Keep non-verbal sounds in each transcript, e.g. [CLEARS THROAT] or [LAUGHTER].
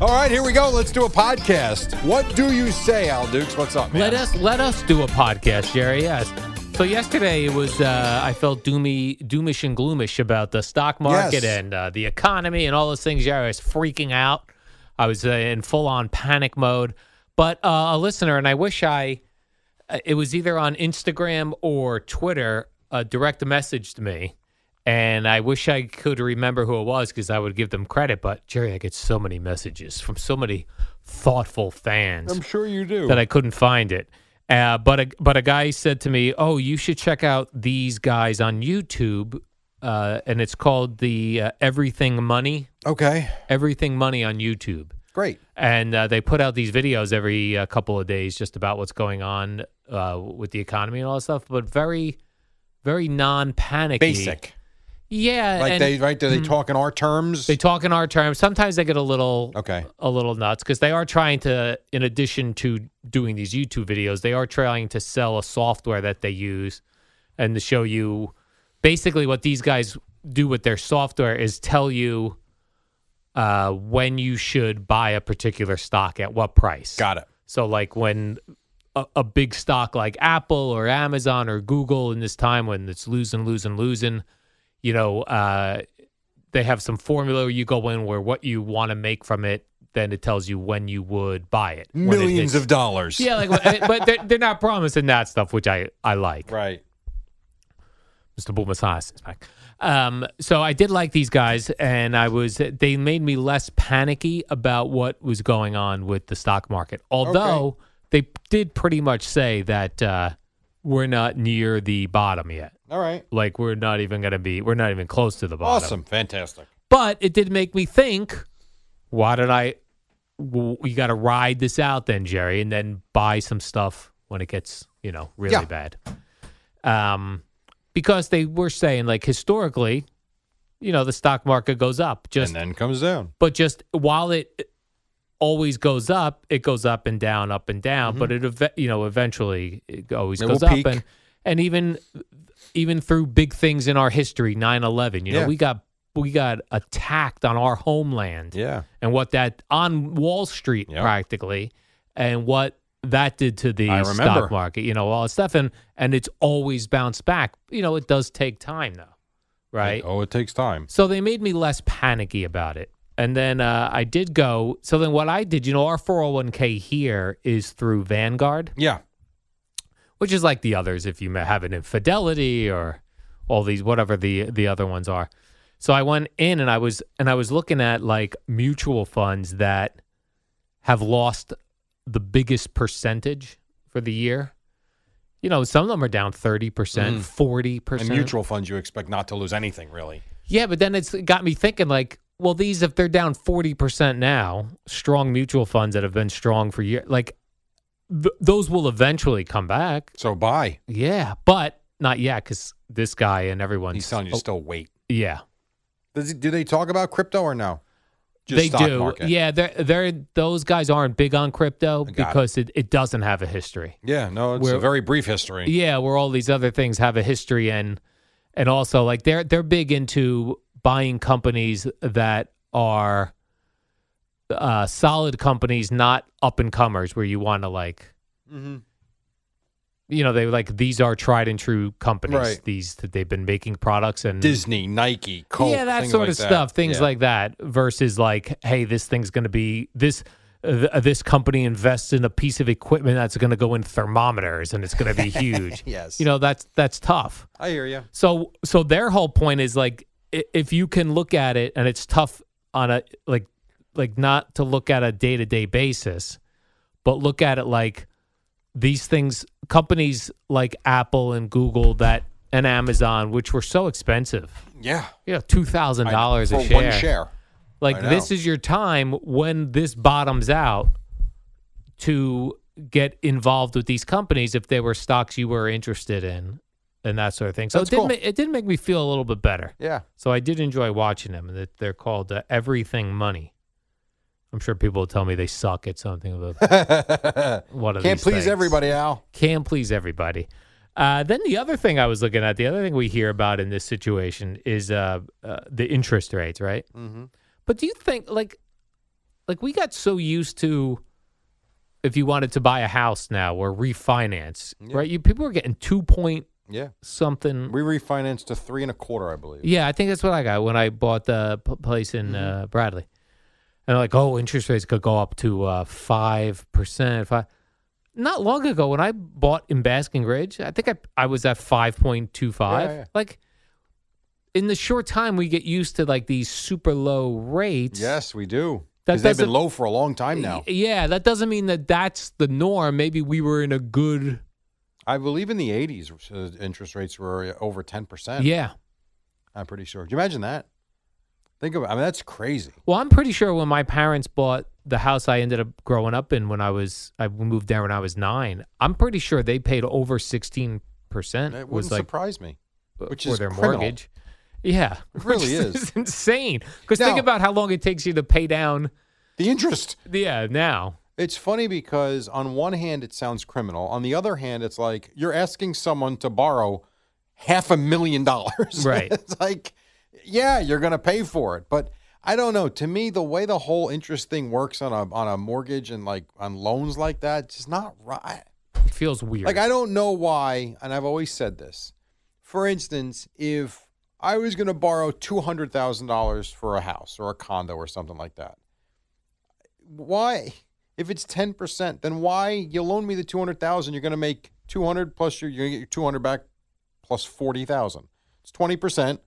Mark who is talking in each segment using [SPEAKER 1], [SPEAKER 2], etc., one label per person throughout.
[SPEAKER 1] All right, here we go. Let's do a podcast. What do you say, Al Dukes? What's up, man?
[SPEAKER 2] Let us let us do a podcast, Jerry. Yes. So yesterday it was uh, I felt doomy, doomish and gloomish about the stock market
[SPEAKER 1] Yes.
[SPEAKER 2] and uh, the economy and all those things. Jerry, I was freaking out. I was uh, in full on panic mode. But uh, a listener, and I wish I uh, it was either on Instagram or Twitter, uh, direct messaged me. And I wish I could remember who it was because I would give them credit. But Jerry, I get so many messages from so many thoughtful fans
[SPEAKER 1] I'm sure you do.
[SPEAKER 2] that I couldn't find it. Uh, but a, but a guy said to me, "Oh, you should check out these guys on YouTube, uh, and it's called the uh, Everything Money,
[SPEAKER 1] okay,
[SPEAKER 2] Everything Money on YouTube,
[SPEAKER 1] great.
[SPEAKER 2] and uh, they put out these videos every uh, couple of days just about what's going on uh, with the economy and all that stuff, but very, very non-panicky,
[SPEAKER 1] Basic.
[SPEAKER 2] yeah,
[SPEAKER 1] Like
[SPEAKER 2] and- Mm-hmm.
[SPEAKER 1] they, right? Do they talk in our terms?
[SPEAKER 2] they talk in our terms. Sometimes they get a little
[SPEAKER 1] Okay.
[SPEAKER 2] a little nuts because they are trying to, in addition to doing these YouTube videos, they are trying to sell a software that they use and to show you basically what these guys do with their software is tell you uh, when you should buy a particular stock at what price.
[SPEAKER 1] Got it.
[SPEAKER 2] So like when a, a big stock like Apple or Amazon or Google in this time when it's losing, losing, losing, you know, uh, they have some formula you go in where what you want to make from it, then it tells you when you would buy it. when it
[SPEAKER 1] Millions
[SPEAKER 2] hits-
[SPEAKER 1] of dollars.
[SPEAKER 2] yeah, like, [LAUGHS] but- but they're, they're not promising that stuff, which I I like.
[SPEAKER 1] Right.
[SPEAKER 2] Mr. Bulmasas is back. Um, so I did like these guys, and I was they made me less panicky about what was going on with the stock market. Although they did pretty much say that uh, we're not near the bottom yet.
[SPEAKER 1] All right.
[SPEAKER 2] Like we're not even going to be, we're not even close to the bottom.
[SPEAKER 1] Awesome. Fantastic.
[SPEAKER 2] But it did make me think. Why did I? w- We got to ride this out then, Jerry, and then buy some stuff when it gets you know really
[SPEAKER 1] Yeah.
[SPEAKER 2] bad. Um, because they were saying like historically, you know, the stock market goes up just
[SPEAKER 1] and then comes down.
[SPEAKER 2] but just while it always goes up, it goes up and down, up and down. But it, ev- you know, eventually it always
[SPEAKER 1] Mm-hmm. It will
[SPEAKER 2] goes up,
[SPEAKER 1] peak.
[SPEAKER 2] and and even even through big things in our history, 9-11, You know,
[SPEAKER 1] Yeah.
[SPEAKER 2] we got we got attacked on our homeland,
[SPEAKER 1] Yeah.
[SPEAKER 2] and what that on Wall Street
[SPEAKER 1] Yep.
[SPEAKER 2] practically, and what that did to the
[SPEAKER 1] I remember.
[SPEAKER 2] stock market. You know, all that stuff, and and it's always bounced back. You know, it does take time though, right?
[SPEAKER 1] Oh, it takes time.
[SPEAKER 2] So they made me less panicky about it. And then uh, I did go. So then what I did, you know, our 401k here is through Vanguard,
[SPEAKER 1] Yeah.
[SPEAKER 2] which is like the others if you ma- have an infidelity or all these whatever the the other ones are. So I went in and I was and I was looking at like mutual funds that have lost the biggest percentage for the year. you know, some of them are down 30%, 40%.
[SPEAKER 1] Mm. And mutual funds, you expect not to lose anything, really.
[SPEAKER 2] Yeah, but then it's it got me thinking like, well, these if they're down 40% now, strong mutual funds that have been strong for years, like th- those will eventually come back.
[SPEAKER 1] So buy.
[SPEAKER 2] Yeah, but not yet cuz this guy and everyone's oh,
[SPEAKER 1] He's telling you to still wait.
[SPEAKER 2] yeah.
[SPEAKER 1] Does he, do they talk about crypto or no?
[SPEAKER 2] they do. Yeah, they're, they're those guys aren't big on crypto
[SPEAKER 1] I got it.
[SPEAKER 2] because it. It, doesn't have a history.
[SPEAKER 1] Yeah. No, it's
[SPEAKER 2] We're-
[SPEAKER 1] a very brief history.
[SPEAKER 2] Yeah, where all these other things have a history and and also like they're they're big into buying companies that are uh, solid companies, not up and comers where you want to like
[SPEAKER 1] Mhm.
[SPEAKER 2] you know they like these are tried and true companies.
[SPEAKER 1] Right.
[SPEAKER 2] These that they've been making products and
[SPEAKER 1] Disney, Nike, Coke.
[SPEAKER 2] yeah, that
[SPEAKER 1] things
[SPEAKER 2] sort
[SPEAKER 1] like
[SPEAKER 2] of stuff. Things
[SPEAKER 1] Yeah.
[SPEAKER 2] like that versus like, hey, this thing's going to be this. uh, Th- this company invests in a piece of equipment that's going to go in thermometers and it's going
[SPEAKER 1] [LAUGHS]
[SPEAKER 2] to be huge.
[SPEAKER 1] Yes.
[SPEAKER 2] you know that's that's tough.
[SPEAKER 1] I hear you.
[SPEAKER 2] So so their whole point is like, i- if you can look at it and it's tough on a like like not to look at a day to day basis, but look at it like these things companies like Apple and Google that and Amazon, which were so expensive
[SPEAKER 1] Yeah.
[SPEAKER 2] yeah, two thousand dollars
[SPEAKER 1] for
[SPEAKER 2] a
[SPEAKER 1] one share.
[SPEAKER 2] Like
[SPEAKER 1] I
[SPEAKER 2] this
[SPEAKER 1] know.
[SPEAKER 2] is your time when this bottoms out to get involved with these companies if they were stocks you were interested in and that sort of thing. So it
[SPEAKER 1] That's
[SPEAKER 2] did
[SPEAKER 1] cool.
[SPEAKER 2] ma- it did make me feel a little bit better.
[SPEAKER 1] Yeah.
[SPEAKER 2] So I did enjoy watching them. And that they're called uh, Everything Money. I'm sure people will tell me they suck at something, but
[SPEAKER 1] [LAUGHS]
[SPEAKER 2] one of
[SPEAKER 1] Can't
[SPEAKER 2] these
[SPEAKER 1] please
[SPEAKER 2] things.
[SPEAKER 1] everybody, Al.
[SPEAKER 2] Can please everybody. Uh, then the other thing I was looking at, the other thing we hear about in this situation is uh, uh, the interest rates, right?
[SPEAKER 1] Mm-hmm.
[SPEAKER 2] But do you think like like we got so used to if you wanted to buy a house now or refinance,
[SPEAKER 1] Yeah.
[SPEAKER 2] right? You people were getting two point
[SPEAKER 1] Yeah.
[SPEAKER 2] something.
[SPEAKER 1] We refinanced to three and a quarter, I believe.
[SPEAKER 2] yeah, I think that's what I got when I bought the p- place in
[SPEAKER 1] Mm-hmm.
[SPEAKER 2] uh, Bradley. And like, oh, interest rates could go up to uh, five percent. Five. Not long ago, when I bought in Basking Ridge, I think I I was at five point two
[SPEAKER 1] Yeah, yeah.
[SPEAKER 2] five. Like, in the short time we get used to like these super low rates.
[SPEAKER 1] Yes, we do.
[SPEAKER 2] That
[SPEAKER 1] Because they've
[SPEAKER 2] doesn't-
[SPEAKER 1] been low for a long time now.
[SPEAKER 2] Y- Yeah, that doesn't mean that that's the norm. Maybe we were in a good.
[SPEAKER 1] I believe in the 80s, uh, interest rates were over 10%.
[SPEAKER 2] Yeah.
[SPEAKER 1] I'm pretty sure. Can you imagine that? Think about I mean, that's crazy.
[SPEAKER 2] Well, I'm pretty sure when my parents bought the house I ended up growing up in when I was I moved there when I was 9, I'm pretty sure they paid over 16%
[SPEAKER 1] It
[SPEAKER 2] was
[SPEAKER 1] wouldn't
[SPEAKER 2] like
[SPEAKER 1] surprise me. Which
[SPEAKER 2] for
[SPEAKER 1] is
[SPEAKER 2] their
[SPEAKER 1] criminal.
[SPEAKER 2] mortgage. Yeah.
[SPEAKER 1] It really
[SPEAKER 2] [LAUGHS] Which
[SPEAKER 1] is.
[SPEAKER 2] insane. Cuz think
[SPEAKER 1] Now-
[SPEAKER 2] about how long it takes you to pay down
[SPEAKER 1] The interest.
[SPEAKER 2] yeah, now.
[SPEAKER 1] It's funny because on one hand it sounds criminal. On the other hand, it's like you're asking someone to borrow half a million dollars. [LAUGHS]
[SPEAKER 2] Right.
[SPEAKER 1] it's like, yeah, you're gonna pay for it. But I don't know. To me, the way the whole interest thing works on a on a mortgage and like on loans like that, it's just not right.
[SPEAKER 2] It feels weird.
[SPEAKER 1] Like I don't know why, and I've always said this. For instance, if I was going to borrow two hundred thousand dollars for a house or a condo or something like that, why? If it's ten percent, then why you loan me the two hundred thousand? You're going to make two hundred plus your you're going to get your two hundred back plus forty thousand. It's twenty percent,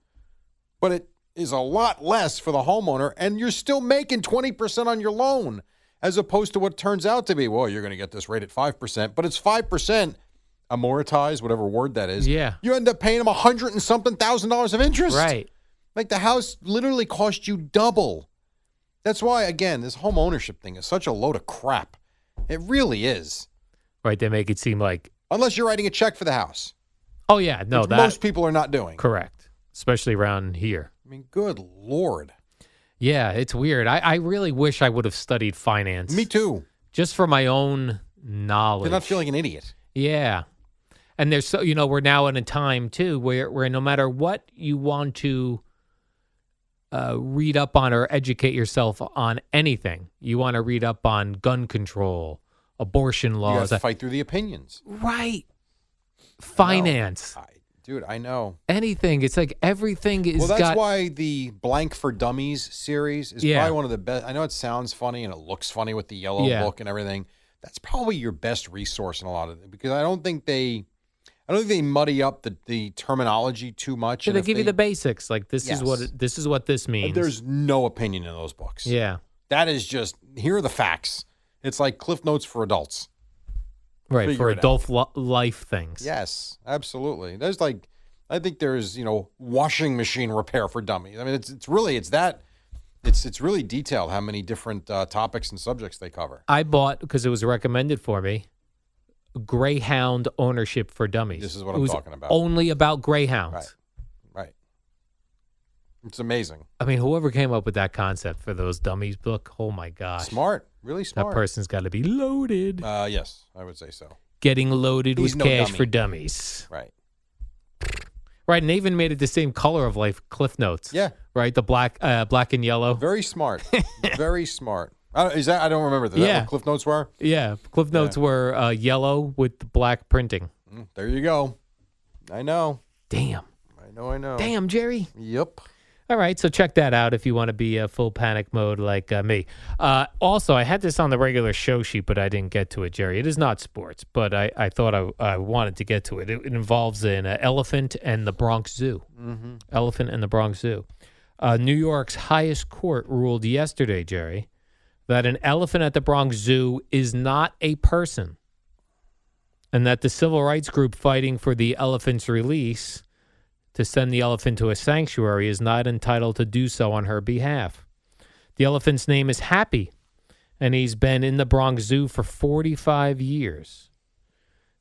[SPEAKER 1] but it is a lot less for the homeowner, and you're still making twenty percent on your loan as opposed to what turns out to be, well, you're going to get this rate at 5%, but it's 5% amortized, whatever word that is.
[SPEAKER 2] Yeah.
[SPEAKER 1] You end up paying them a hundred and something thousand dollars of interest.
[SPEAKER 2] right.
[SPEAKER 1] Like the house literally cost you double. That's why, again, this home ownership thing is such a load of crap. It really is.
[SPEAKER 2] Right, they make it seem like
[SPEAKER 1] Unless you're writing a check for the house,
[SPEAKER 2] oh yeah, no,
[SPEAKER 1] which
[SPEAKER 2] that
[SPEAKER 1] most people are not doing.
[SPEAKER 2] correct. Especially around here.
[SPEAKER 1] I mean, good Lord.
[SPEAKER 2] Yeah, it's weird. I, I really wish I would have studied finance.
[SPEAKER 1] Me too.
[SPEAKER 2] Just for my own
[SPEAKER 1] You're
[SPEAKER 2] knowledge.
[SPEAKER 1] not feeling an idiot.
[SPEAKER 2] yeah. And there's so you know, we're now in a time too where where no matter what you want to uh, read up on or educate yourself on anything, you want to read up on gun control, abortion
[SPEAKER 1] You
[SPEAKER 2] laws,
[SPEAKER 1] got to fight through the opinions.
[SPEAKER 2] right? Finance,
[SPEAKER 1] I, dude, I know.
[SPEAKER 2] anything. It's like everything is
[SPEAKER 1] Well, that's
[SPEAKER 2] got
[SPEAKER 1] why the Blank for Dummies series is
[SPEAKER 2] Yeah.
[SPEAKER 1] probably one of the best. I know it sounds funny and it looks funny with the yellow
[SPEAKER 2] Yeah.
[SPEAKER 1] book and everything. That's probably your best resource in a lot of it because I don't think they, I don't think they muddy up the, the terminology too much.
[SPEAKER 2] they
[SPEAKER 1] and if
[SPEAKER 2] give you the basics. Like this is what
[SPEAKER 1] Yes.
[SPEAKER 2] it- this is what this means.
[SPEAKER 1] There's no opinion in those books.
[SPEAKER 2] yeah.
[SPEAKER 1] That is just here are the facts. It's like Cliff Notes for adults.
[SPEAKER 2] right
[SPEAKER 1] figure
[SPEAKER 2] for
[SPEAKER 1] it out.
[SPEAKER 2] adult lo- life things.
[SPEAKER 1] Yes, absolutely. There's like, I think there's you know washing machine repair for dummies. I mean, it's it's really it's that it's it's really detailed how many different uh, topics and subjects they cover.
[SPEAKER 2] I bought because it was recommended for me. Greyhound ownership for dummies.
[SPEAKER 1] This is what
[SPEAKER 2] It
[SPEAKER 1] I'm
[SPEAKER 2] was
[SPEAKER 1] talking about.
[SPEAKER 2] Only about greyhounds.
[SPEAKER 1] Right. Right. It's amazing.
[SPEAKER 2] I mean, whoever came up with that concept for those dummies book, oh my gosh,
[SPEAKER 1] Smart, really
[SPEAKER 2] that
[SPEAKER 1] smart.
[SPEAKER 2] person's got to be loaded.
[SPEAKER 1] Uh, yes, I would say so.
[SPEAKER 2] Getting loaded
[SPEAKER 1] he's
[SPEAKER 2] with
[SPEAKER 1] no
[SPEAKER 2] cash
[SPEAKER 1] dummy.
[SPEAKER 2] for dummies.
[SPEAKER 1] Right.
[SPEAKER 2] Right, and they even made it the same color of like Cliff Notes.
[SPEAKER 1] Yeah.
[SPEAKER 2] Right, the black, uh, black and yellow. [LAUGHS]
[SPEAKER 1] Very smart. Very smart. I don't, is that I don't remember. Is that
[SPEAKER 2] Yeah.
[SPEAKER 1] what Cliff Notes were?
[SPEAKER 2] yeah, Cliff Notes were uh, yellow with the black printing.
[SPEAKER 1] Mm, There you go. I know.
[SPEAKER 2] Damn,
[SPEAKER 1] I know. I know.
[SPEAKER 2] damn, Jerry.
[SPEAKER 1] Yep.
[SPEAKER 2] All right, so check that out if you want to be uh, full panic mode like uh, me. Uh, also, I had this on the regular show sheet, but I didn't get to it, Jerry. It is not sports, but I, I thought I, I wanted to get to it. It, it involves an uh, elephant and the Bronx Zoo. Mm-hmm. Elephant and the Bronx Zoo. Uh, New York's highest court ruled yesterday, Jerry, that an elephant at the Bronx Zoo is not a person, and that the civil rights group fighting for the elephant's release to send the elephant to a sanctuary is not entitled to do so on her behalf. The elephant's name is Happy, and he's been in the Bronx Zoo for 45 years.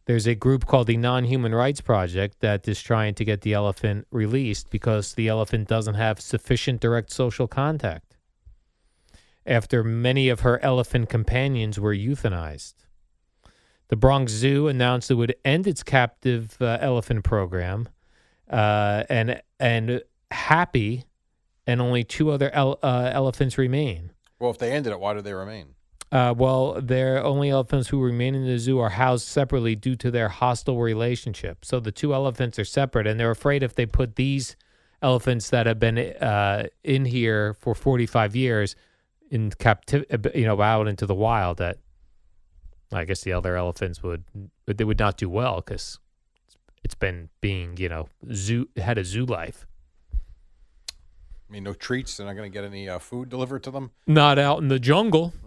[SPEAKER 2] There's a group called the Non Human Rights Project that is trying to get the elephant released because the elephant doesn't have sufficient direct social contact after many of her elephant companions were euthanized. The Bronx Zoo announced it would end its captive uh, elephant program uh, and and happy, and only two other ele- uh, elephants remain.
[SPEAKER 1] Well, if they ended it, why do they remain?
[SPEAKER 2] Uh, well, their only elephants who remain in the zoo are housed separately due to their hostile relationship. So the two elephants are separate, and they're afraid if they put these elephants that have been uh, in here for 45 years in captivity, you know, out into the wild, that I guess the other elephants would they would not do well because it's been being, you know, zoo had a zoo life.
[SPEAKER 1] I mean, no treats. They're not going to get any uh, food delivered to them.
[SPEAKER 2] not out in the jungle. [LAUGHS]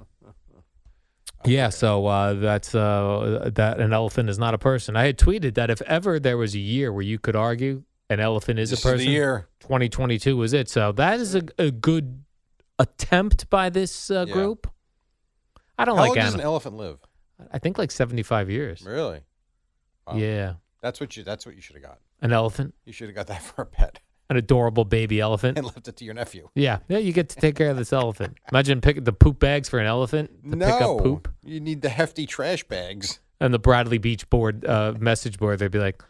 [SPEAKER 2] Yeah, so uh, that's uh, that an elephant is not a person. I had tweeted that if ever there was a year where you could argue an elephant is
[SPEAKER 1] This
[SPEAKER 2] a person,
[SPEAKER 1] the year.
[SPEAKER 2] 2022 was it. So that is a, a good attempt by this uh,
[SPEAKER 1] Yeah.
[SPEAKER 2] group. I don't
[SPEAKER 1] How
[SPEAKER 2] like
[SPEAKER 1] long does an
[SPEAKER 2] animals.
[SPEAKER 1] elephant live?
[SPEAKER 2] I think like 75 years.
[SPEAKER 1] Really? Wow.
[SPEAKER 2] Yeah,
[SPEAKER 1] That's what you. That's what you should have got.
[SPEAKER 2] an elephant,
[SPEAKER 1] You should have got that [LAUGHS] for a pet
[SPEAKER 2] an adorable baby elephant.
[SPEAKER 1] and left it to your nephew.
[SPEAKER 2] yeah, yeah, you get to take care of this elephant. Imagine picking the poop bags for an elephant to
[SPEAKER 1] no,
[SPEAKER 2] pick up poop.
[SPEAKER 1] you need the hefty trash bags.
[SPEAKER 2] and the Bradley Beach board uh, message board, they'd be like,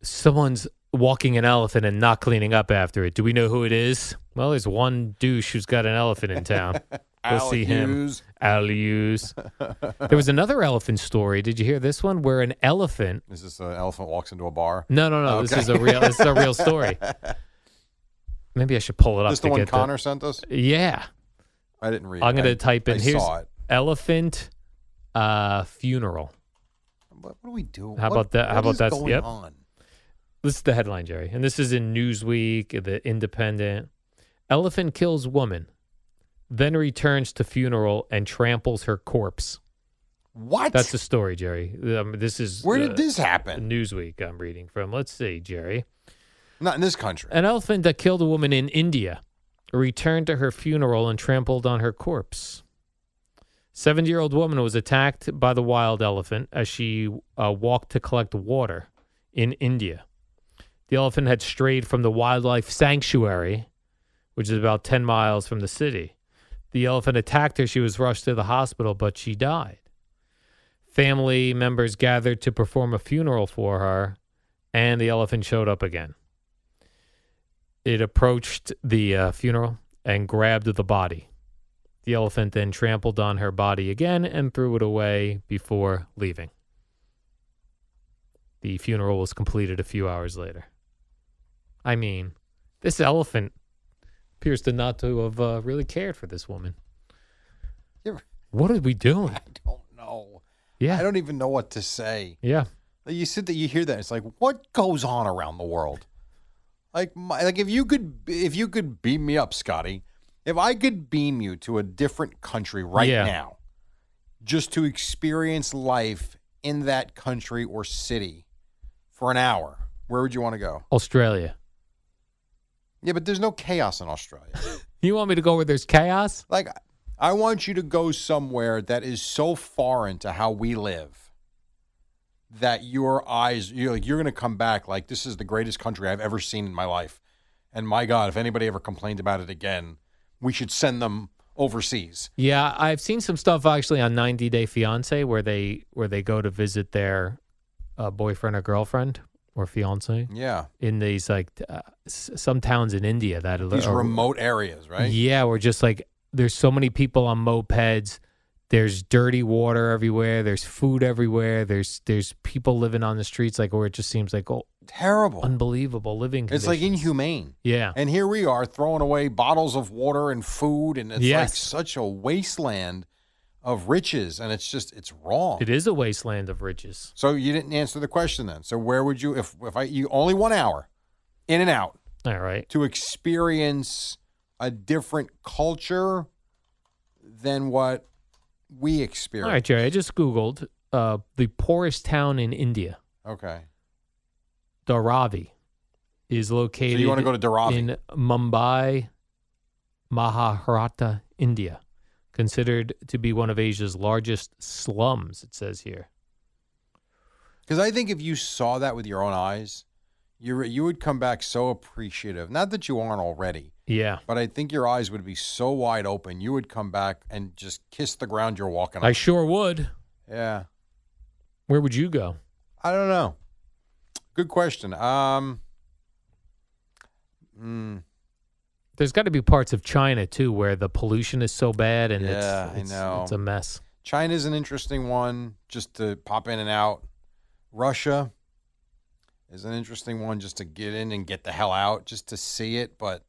[SPEAKER 2] "Someone's walking an elephant and not cleaning up after it. Do we know who it is? Well, there's one douche who's got an elephant in
[SPEAKER 1] [LAUGHS]
[SPEAKER 2] town. We'll
[SPEAKER 1] Al
[SPEAKER 2] see him.
[SPEAKER 1] Hughes.
[SPEAKER 2] I'll use.
[SPEAKER 1] [LAUGHS]
[SPEAKER 2] There was another elephant story. Did you hear this one? Where an elephant
[SPEAKER 1] Is this an elephant walks into a bar?
[SPEAKER 2] no, no, no. This
[SPEAKER 1] Okay.
[SPEAKER 2] is a real. This is a real
[SPEAKER 1] [LAUGHS]
[SPEAKER 2] story. Maybe I should pull it up.
[SPEAKER 1] This
[SPEAKER 2] to
[SPEAKER 1] the one
[SPEAKER 2] get
[SPEAKER 1] Connor sent us?
[SPEAKER 2] yeah,
[SPEAKER 1] I didn't read.
[SPEAKER 2] I'm
[SPEAKER 1] it.
[SPEAKER 2] gonna
[SPEAKER 1] I-
[SPEAKER 2] type in
[SPEAKER 1] I
[SPEAKER 2] here's
[SPEAKER 1] saw it.
[SPEAKER 2] elephant uh, funeral.
[SPEAKER 1] What, what do we do?
[SPEAKER 2] How
[SPEAKER 1] What-
[SPEAKER 2] about that- how
[SPEAKER 1] what
[SPEAKER 2] about
[SPEAKER 1] is
[SPEAKER 2] that's-
[SPEAKER 1] going
[SPEAKER 2] yep.
[SPEAKER 1] on?
[SPEAKER 2] This is the headline, Jerry, and this is in Newsweek, The Independent. Elephant kills woman, then returns to funeral and tramples her corpse.
[SPEAKER 1] What?
[SPEAKER 2] That's the story, Jerry. Um, this is
[SPEAKER 1] Where
[SPEAKER 2] uh,
[SPEAKER 1] did this happen?
[SPEAKER 2] Newsweek. I'm reading from. Let's see, Jerry.
[SPEAKER 1] Not in this country.
[SPEAKER 2] An elephant that killed a woman in India returned to her funeral and trampled on her corpse. Seven year old woman was attacked by the wild elephant as she uh, walked to collect water in India. The elephant had strayed from the wildlife sanctuary, which is about 10 miles from the city. The elephant attacked her. She was rushed to the hospital, but she died. Family members gathered to perform a funeral for her, and the elephant showed up again. It approached the uh, funeral and grabbed the body. The elephant then trampled on her body again and threw it away before leaving. The funeral was completed a few hours later. I mean, this elephant appears to not to have uh, really cared for this woman.
[SPEAKER 1] You're-
[SPEAKER 2] What are we doing?
[SPEAKER 1] [LAUGHS] I don't know. I
[SPEAKER 2] Yeah,
[SPEAKER 1] don't even know what to say.
[SPEAKER 2] yeah.
[SPEAKER 1] You sit that you hear that. It's like what goes on around the world. Like my, like if you could if you could beam me up, Scotty. If I could beam you to a different country right
[SPEAKER 2] Yeah.
[SPEAKER 1] now, just to experience life in that country or city for an hour, where would you want to go?
[SPEAKER 2] Australia.
[SPEAKER 1] Yeah, but there's no chaos in Australia.
[SPEAKER 2] You want me to go where there's chaos?
[SPEAKER 1] like, I want you to go somewhere that is so foreign to how we live that your eyes, you're like, you're going to come back like this is the greatest country I've ever seen in my life. And my God, if anybody ever complained about it again, we should send them overseas.
[SPEAKER 2] Yeah, I've seen some stuff actually on 90 Day Fiance where they where they go to visit their uh, boyfriend or girlfriend or fiance
[SPEAKER 1] Yeah.
[SPEAKER 2] in these like t- uh, s- some towns in India that are
[SPEAKER 1] These
[SPEAKER 2] are-
[SPEAKER 1] remote areas, right?
[SPEAKER 2] Yeah, we're just like there's so many people on mopeds. There's dirty water everywhere. There's food everywhere. There's there's people living on the streets like where it just seems like oh
[SPEAKER 1] Terrible.
[SPEAKER 2] unbelievable living.
[SPEAKER 1] it's like
[SPEAKER 2] conditions.
[SPEAKER 1] inhumane.
[SPEAKER 2] yeah.
[SPEAKER 1] And here we are throwing away bottles of water and food, and it's like
[SPEAKER 2] Yes.
[SPEAKER 1] such a wasteland of riches, and it's just it's wrong.
[SPEAKER 2] It is a wasteland of riches.
[SPEAKER 1] So you didn't answer the question then. So where would you if if I you only one hour, in and out
[SPEAKER 2] All right.
[SPEAKER 1] to experience a different culture than what we
[SPEAKER 2] All right,
[SPEAKER 1] experience?
[SPEAKER 2] Jerry. I just googled uh, the poorest town in India.
[SPEAKER 1] Okay.
[SPEAKER 2] Dharavi is located.
[SPEAKER 1] wanna go to Dharavi?
[SPEAKER 2] in Mumbai, Maharashtra, India, considered to be one of Asia's largest slums. It says here.
[SPEAKER 1] Because I think if you saw that with your own eyes, you you would come back so appreciative. Not that you aren't already,
[SPEAKER 2] Yeah,
[SPEAKER 1] But I think your eyes would be so wide open, you would come back and just kiss the ground you're walking on.
[SPEAKER 2] I sure would.
[SPEAKER 1] yeah,
[SPEAKER 2] Where would you go?
[SPEAKER 1] I don't know. Good question. Um, mm,
[SPEAKER 2] There's got to be parts of China too where the pollution is so bad and
[SPEAKER 1] Yeah, I
[SPEAKER 2] it's, it's
[SPEAKER 1] know.
[SPEAKER 2] it's a mess.
[SPEAKER 1] China's an interesting one, just to pop in and out. Russia is an interesting one, just to get in and get the hell out, just to see it. But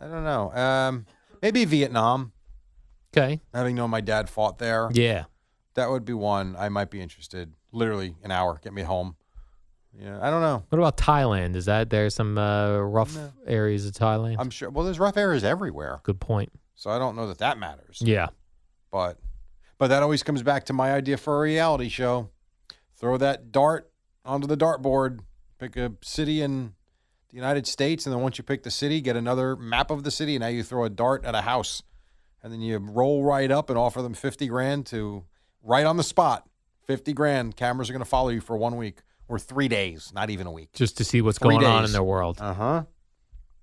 [SPEAKER 1] I don't know. Um, maybe Vietnam.
[SPEAKER 2] Okay.
[SPEAKER 1] Having known my dad fought there,
[SPEAKER 2] Yeah.
[SPEAKER 1] that would be one I might be interested. Literally an hour, get me home. Yeah, I don't know.
[SPEAKER 2] What about Thailand? Is that there some uh, rough
[SPEAKER 1] No.
[SPEAKER 2] areas of Thailand?
[SPEAKER 1] I'm sure. Well, there's rough areas everywhere,
[SPEAKER 2] Good point.
[SPEAKER 1] so I don't know that that matters.
[SPEAKER 2] Yeah.
[SPEAKER 1] But, but that always comes back to my idea for a reality show: throw that dart onto the dartboard, pick a city in the United States, and then once you pick the city, get another map of the city. And now you throw a dart at a house, and then you roll right up and offer them fifty grand to right on the spot. Fifty grand. Cameras are going to follow you for one week or three days, not even a week.
[SPEAKER 2] Just to see what's
[SPEAKER 1] Three
[SPEAKER 2] going on
[SPEAKER 1] days.
[SPEAKER 2] in their world.
[SPEAKER 1] Uh huh.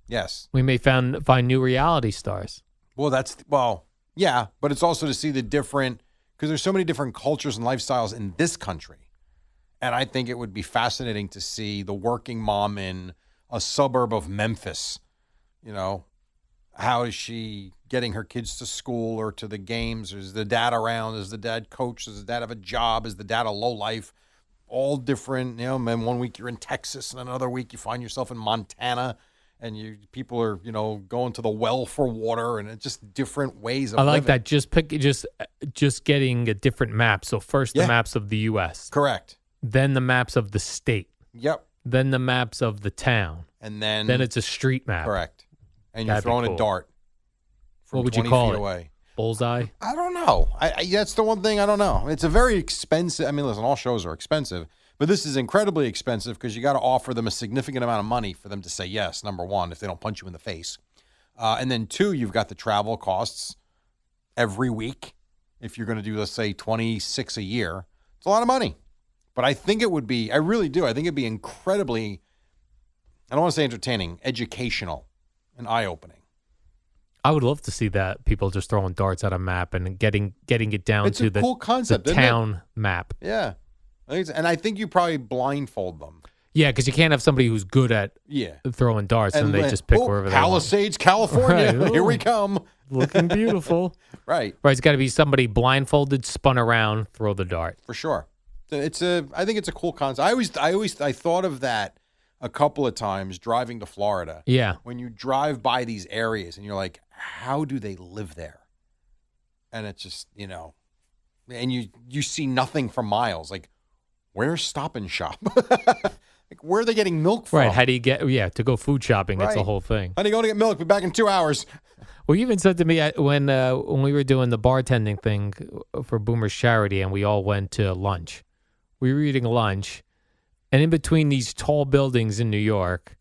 [SPEAKER 1] Yes.
[SPEAKER 2] We may found, find new reality stars.
[SPEAKER 1] Well, that's well, yeah, but it's also to see the different because there's so many different cultures and lifestyles in this country, and I think it would be fascinating to see the working mom in a suburb of Memphis. You know, how is she getting her kids to school or to the games? Is the dad around? Is the dad coach? Does the dad have a job? Is the dad a low life? All different, you know. And then one week you're in Texas, and another week you find yourself in Montana, and you people are, you know, going to the well for water, and it's just different ways of.
[SPEAKER 2] I like
[SPEAKER 1] living.
[SPEAKER 2] that. Just pick, just, just getting a different map. So first
[SPEAKER 1] Yeah.
[SPEAKER 2] the maps of the U.S.,
[SPEAKER 1] Correct.
[SPEAKER 2] then the maps of the state,
[SPEAKER 1] Yep.
[SPEAKER 2] then the maps of the town,
[SPEAKER 1] And then
[SPEAKER 2] then it's a street map.
[SPEAKER 1] correct, and you're
[SPEAKER 2] That'd be
[SPEAKER 1] throwing
[SPEAKER 2] cool.
[SPEAKER 1] a dart. From
[SPEAKER 2] What would you
[SPEAKER 1] 20
[SPEAKER 2] call
[SPEAKER 1] feet
[SPEAKER 2] it?
[SPEAKER 1] Away.
[SPEAKER 2] Bullseye.
[SPEAKER 1] I don't know. I, I that's the one thing I don't know. It's a very expensive. I mean, listen, all shows are expensive, but this is incredibly expensive because you got to offer them a significant amount of money for them to say yes. Number one, if they don't punch you in the face, uh, and then two, you've got the travel costs every week. If you're going to do, let's say, twenty six a year, it's a lot of money. But I think it would be. I really do. I think it'd be incredibly. I don't want to say entertaining, educational, and eye opening.
[SPEAKER 2] I would love to see that people just throwing darts at a map and getting getting it down
[SPEAKER 1] It's
[SPEAKER 2] to
[SPEAKER 1] a
[SPEAKER 2] the,
[SPEAKER 1] cool concept,
[SPEAKER 2] the
[SPEAKER 1] isn't it?
[SPEAKER 2] town map.
[SPEAKER 1] Yeah. I think it's- And I think you probably blindfold them.
[SPEAKER 2] Yeah, because you can't have somebody who's good at
[SPEAKER 1] Yeah.
[SPEAKER 2] throwing darts and, they
[SPEAKER 1] like,
[SPEAKER 2] just pick
[SPEAKER 1] "Oh,
[SPEAKER 2] wherever they want.
[SPEAKER 1] Palisades, California.
[SPEAKER 2] [LAUGHS] Right.
[SPEAKER 1] Here we
[SPEAKER 2] Ooh.
[SPEAKER 1] come.
[SPEAKER 2] Looking beautiful.
[SPEAKER 1] Right,
[SPEAKER 2] right, it's got to be somebody blindfolded, spun around, throw the dart.
[SPEAKER 1] for sure. So It's a. I think it's a cool concept. I always, I always, I thought of that a couple of times driving to Florida.
[SPEAKER 2] Yeah,
[SPEAKER 1] When you drive by these areas and you're like, how do they live there? And it's just you know, and you you see nothing for miles. Like, where's Stop and Shop? [LAUGHS] like, where are they getting milk from?
[SPEAKER 2] right. How do you get? Yeah, to go food shopping, it's a
[SPEAKER 1] Oh. Right.
[SPEAKER 2] whole thing.
[SPEAKER 1] Honey, go to get milk. Be back in two hours.
[SPEAKER 2] Well, you even said to me I- when uh, when we were doing the bartending thing for Boomer's charity, and we all went to lunch. We were eating lunch, and in between these tall buildings in New York,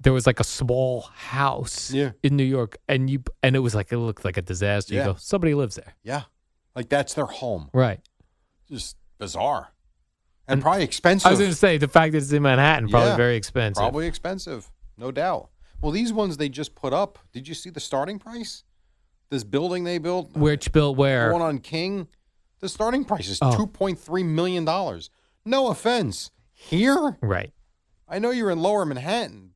[SPEAKER 2] there was like a small house
[SPEAKER 1] Yeah.
[SPEAKER 2] in New York, and you and it was like it looked like a disaster.
[SPEAKER 1] Yeah.
[SPEAKER 2] You go, somebody lives there,
[SPEAKER 1] Yeah. Like that's their home.
[SPEAKER 2] right?
[SPEAKER 1] Just bizarre. And, probably expensive.
[SPEAKER 2] I was going to say the fact that it's in Manhattan probably
[SPEAKER 1] Yeah.
[SPEAKER 2] very expensive.
[SPEAKER 1] Probably expensive, no doubt. Well, these ones they just put up. Did you see the starting price? This building they built,
[SPEAKER 2] Which built
[SPEAKER 1] the
[SPEAKER 2] where?
[SPEAKER 1] one on King, the starting price is
[SPEAKER 2] Oh.
[SPEAKER 1] two point three million dollars. No offense, here
[SPEAKER 2] right,
[SPEAKER 1] I know you're in Lower Manhattan,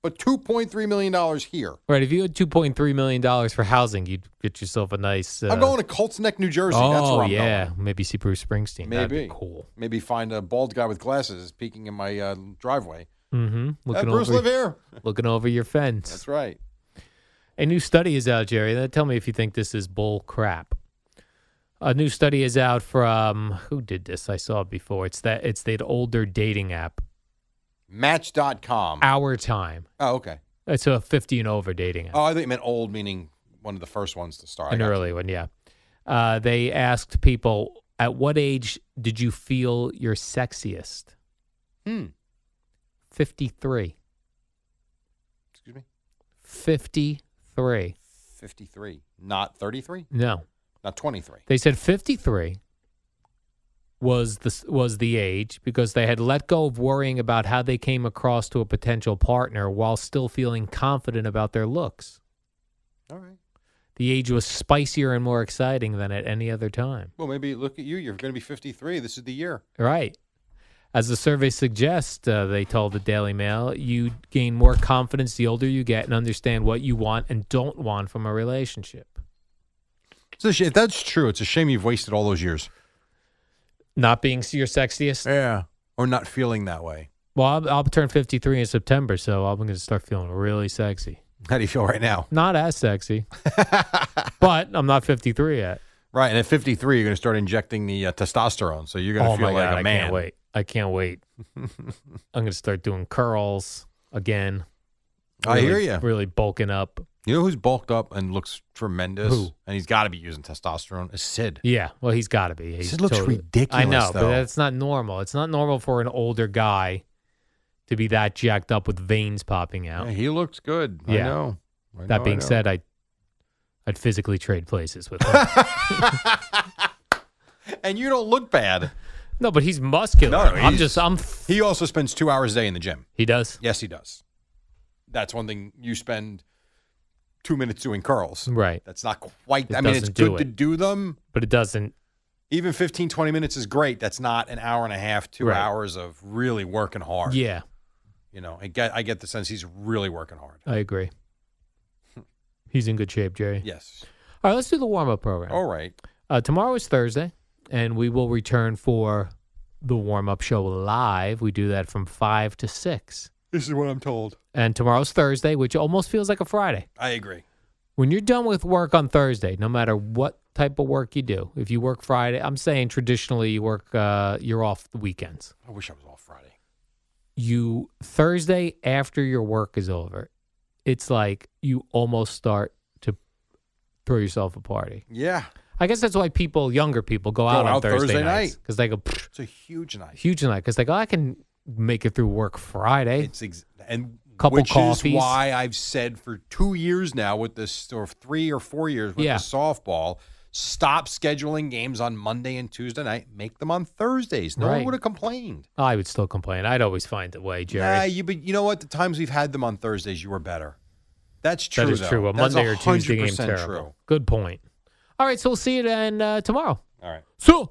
[SPEAKER 1] but two point three million dollars here.
[SPEAKER 2] right. If you had two point three million dollars for housing, you'd get yourself a nice. Uh,
[SPEAKER 1] I'm going to Colts Neck, New Jersey.
[SPEAKER 2] Oh
[SPEAKER 1] That's where I'm
[SPEAKER 2] yeah,
[SPEAKER 1] going.
[SPEAKER 2] maybe see Bruce Springsteen. That'd be
[SPEAKER 1] Maybe.
[SPEAKER 2] cool.
[SPEAKER 1] Maybe find a bald guy with glasses peeking in my uh, driveway.
[SPEAKER 2] Mm-hmm.
[SPEAKER 1] Hey,
[SPEAKER 2] Looking
[SPEAKER 1] Bruce
[SPEAKER 2] over,
[SPEAKER 1] live here.
[SPEAKER 2] looking over your fence.
[SPEAKER 1] That's right.
[SPEAKER 2] A new study is out, Jerry. Now Tell me if you think this is bull crap. A new study is out from who did this? I saw it before. It's that it's the older dating app,
[SPEAKER 1] Match.com.
[SPEAKER 2] Our Time.
[SPEAKER 1] Oh, okay.
[SPEAKER 2] It's a fifty and over dating app,
[SPEAKER 1] Oh, I thought you meant old, meaning one of the first ones to start. I
[SPEAKER 2] an
[SPEAKER 1] got you.
[SPEAKER 2] early one. Yeah, uh, they asked people at what age did you feel your sexiest?
[SPEAKER 1] Hmm.
[SPEAKER 2] Fifty three.
[SPEAKER 1] Excuse me.
[SPEAKER 2] Fifty three.
[SPEAKER 1] 53, not 33,
[SPEAKER 2] No,
[SPEAKER 1] not 23.
[SPEAKER 2] They said 53 was the was the age because they had let go of worrying about how they came across to a potential partner while still feeling confident about their looks.
[SPEAKER 1] All right.
[SPEAKER 2] The age was spicier and more exciting than at any other time.
[SPEAKER 1] Well, maybe look at you. You're going to be 53. This is the year.
[SPEAKER 2] Right. As the survey suggests, uh, they told the Daily Mail, you gain more confidence the older you get and understand what you want and don't want from a relationship.
[SPEAKER 1] So if that's true, it's a shame you've wasted all those years.
[SPEAKER 2] Not being your sexiest.
[SPEAKER 1] Yeah. Or not feeling that way.
[SPEAKER 2] Well, I'll, I'll turn 53 in September, so I'm going to start feeling really sexy.
[SPEAKER 1] How do you feel right now?
[SPEAKER 2] Not as
[SPEAKER 1] [LAUGHS]
[SPEAKER 2] sexy, but I'm not 53 yet.
[SPEAKER 1] Right. And at 53, you're going to start injecting the uh, testosterone. So you're going to
[SPEAKER 2] oh
[SPEAKER 1] feel
[SPEAKER 2] my
[SPEAKER 1] like
[SPEAKER 2] god,
[SPEAKER 1] a
[SPEAKER 2] I
[SPEAKER 1] man.
[SPEAKER 2] can't wait! I can't
[SPEAKER 1] [LAUGHS]
[SPEAKER 2] wait. I'm going to start doing curls again.
[SPEAKER 1] I hear
[SPEAKER 2] Really-
[SPEAKER 1] you.
[SPEAKER 2] Really bulking up.
[SPEAKER 1] You know who's bulked up and looks tremendous?
[SPEAKER 2] Who?
[SPEAKER 1] And he's got to be using testosterone. Is Sid.
[SPEAKER 2] Yeah. Well, he's got to be. He's
[SPEAKER 1] Sid looks
[SPEAKER 2] totally- I
[SPEAKER 1] ridiculous,
[SPEAKER 2] know, but
[SPEAKER 1] though.
[SPEAKER 2] that's not normal. It's not normal for an older guy to be that jacked up with veins popping out.
[SPEAKER 1] Yeah, he looked good. I
[SPEAKER 2] Yeah.
[SPEAKER 1] know. I know,
[SPEAKER 2] that
[SPEAKER 1] I
[SPEAKER 2] being
[SPEAKER 1] know.
[SPEAKER 2] said, I I'd physically trade places with
[SPEAKER 1] [LAUGHS]
[SPEAKER 2] him.
[SPEAKER 1] and you don't look bad.
[SPEAKER 2] no, but he's muscular.
[SPEAKER 1] No,
[SPEAKER 2] I'm
[SPEAKER 1] he's-
[SPEAKER 2] just I'm f-
[SPEAKER 1] He also spends two hours a day in the gym.
[SPEAKER 2] he does.
[SPEAKER 1] Yes, he does. That's one thing you spend two minutes doing curls.
[SPEAKER 2] Right.
[SPEAKER 1] That's not quite.
[SPEAKER 2] Mm. It
[SPEAKER 1] I mean, it's
[SPEAKER 2] doesn't do
[SPEAKER 1] good to
[SPEAKER 2] it.
[SPEAKER 1] do them.
[SPEAKER 2] But it doesn't
[SPEAKER 1] Even 15, 20 minutes is great. That's not an hour and a half, two
[SPEAKER 2] Right.
[SPEAKER 1] hours of really working hard.
[SPEAKER 2] Yeah,
[SPEAKER 1] You know, I get, I get the sense he's really working hard.
[SPEAKER 2] I agree. He's in good shape, Jerry.
[SPEAKER 1] Yes.
[SPEAKER 2] All right, let's do the warm up program.
[SPEAKER 1] All right.
[SPEAKER 2] Uh, tomorrow is Thursday, and we will return for the warm up show live. We do that from 5 to 6.
[SPEAKER 1] This is what I'm told.
[SPEAKER 2] And tomorrow's Thursday, which almost feels like a Friday.
[SPEAKER 1] I agree.
[SPEAKER 2] When you're done with work on Thursday, no matter what type of work you do, if you work Friday, I'm saying traditionally you work, uh, you're off the weekends.
[SPEAKER 1] I wish I was off Friday.
[SPEAKER 2] you Thursday after your work is over, it's like you almost start to throw yourself a party.
[SPEAKER 1] Yeah.
[SPEAKER 2] I guess that's why people, younger people, go out on
[SPEAKER 1] out
[SPEAKER 2] Thursday,
[SPEAKER 1] Thursday night.
[SPEAKER 2] because they go "Pfft,
[SPEAKER 1] It's a huge night.
[SPEAKER 2] huge night because they go, I can make it through work Friday.
[SPEAKER 1] It's ex- and
[SPEAKER 2] Couple
[SPEAKER 1] which
[SPEAKER 2] coffees.
[SPEAKER 1] is why I've said for two years now with this, or three or four years with
[SPEAKER 2] Yeah.
[SPEAKER 1] the softball, stop scheduling games on Monday and Tuesday night. Make them on Thursdays. No one
[SPEAKER 2] Right.
[SPEAKER 1] would have complained.
[SPEAKER 2] I would still complain. I'd always find a way, Jerry.
[SPEAKER 1] Nah, you but you know what? The times we've had them on Thursdays, you were better. That's true.
[SPEAKER 2] that is
[SPEAKER 1] though.
[SPEAKER 2] true. A
[SPEAKER 1] That's
[SPEAKER 2] Monday or Tuesday game,
[SPEAKER 1] 100%
[SPEAKER 2] terrible.
[SPEAKER 1] True.
[SPEAKER 2] Good point. All right, so we'll see you then uh, tomorrow.
[SPEAKER 1] All right.
[SPEAKER 2] So.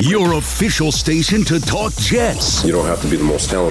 [SPEAKER 3] Your official station to talk Jets.
[SPEAKER 4] You don't have to be the most talented.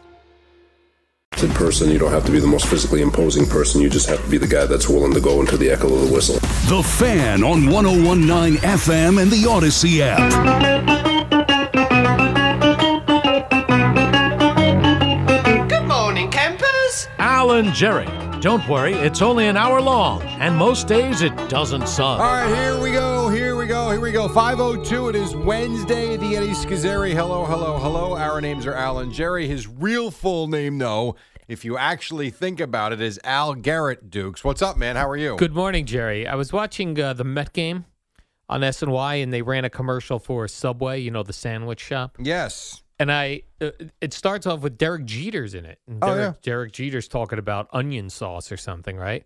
[SPEAKER 5] In person, you don't have to be the most physically imposing person. You just have to be the guy that's willing to go into the echo of the whistle.
[SPEAKER 3] The Fan on 1019 FM and the Odyssey app.
[SPEAKER 6] Good morning, campers.
[SPEAKER 7] Alan Jerry. Don't worry, it's only an hour long, and most days it doesn't suck.
[SPEAKER 1] All right, here we go, here we go, here we go. 502, it is Wednesday, the Eddie Scazzeri. Hello, hello, hello. Our names are Alan Jerry. His real full name, though, if you actually think about it, is Al Garrett Dukes. What's up, man? How are you?
[SPEAKER 2] Good morning, Jerry. I was watching uh, the Met game on SNY, and they ran a commercial for Subway, you know, the sandwich shop.
[SPEAKER 1] Yes.
[SPEAKER 2] And I, uh, it starts off with Derek Jeter's in it. And
[SPEAKER 1] Oh,
[SPEAKER 2] Derek,
[SPEAKER 1] yeah.
[SPEAKER 2] Derek Jeter's talking about onion sauce or something, right?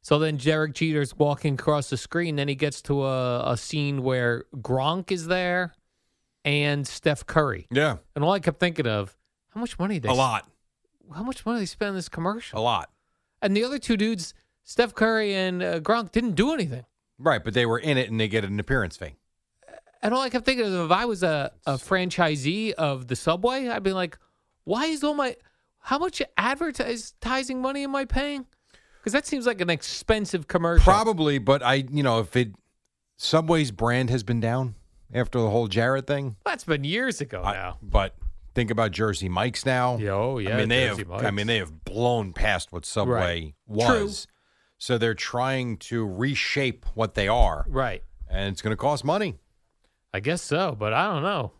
[SPEAKER 2] So then Derek Jeter's walking across the screen. Then he gets to a, a scene where Gronk is there and Steph Curry.
[SPEAKER 1] Yeah,
[SPEAKER 2] And all I kept thinking of, how much money did they
[SPEAKER 1] a lot,
[SPEAKER 2] How much money they spend on this commercial?
[SPEAKER 1] a lot.
[SPEAKER 2] And the other two dudes, Steph Curry and uh, Gronk, didn't do anything.
[SPEAKER 1] Right, but they were in it and they get an appearance fee.
[SPEAKER 2] And all I kept thinking is if I was a, a franchisee of the Subway, I'd be like, why is all my, how much advertising money am I paying? Because that seems like an expensive commercial.
[SPEAKER 1] Probably, but I, you know, if it Subway's brand has been down after the whole Jarrett thing,
[SPEAKER 2] That's been years ago
[SPEAKER 1] I-
[SPEAKER 2] now.
[SPEAKER 1] but think about Jersey Mike's now.
[SPEAKER 2] Yeah, oh, yeah,
[SPEAKER 1] I mean they
[SPEAKER 2] Jersey
[SPEAKER 1] have. I
[SPEAKER 2] Mike's.
[SPEAKER 1] mean they have blown past what Subway was. So they're trying to reshape what they are,
[SPEAKER 2] Right.
[SPEAKER 1] and it's going to cost money.
[SPEAKER 2] I guess so, but I don't know.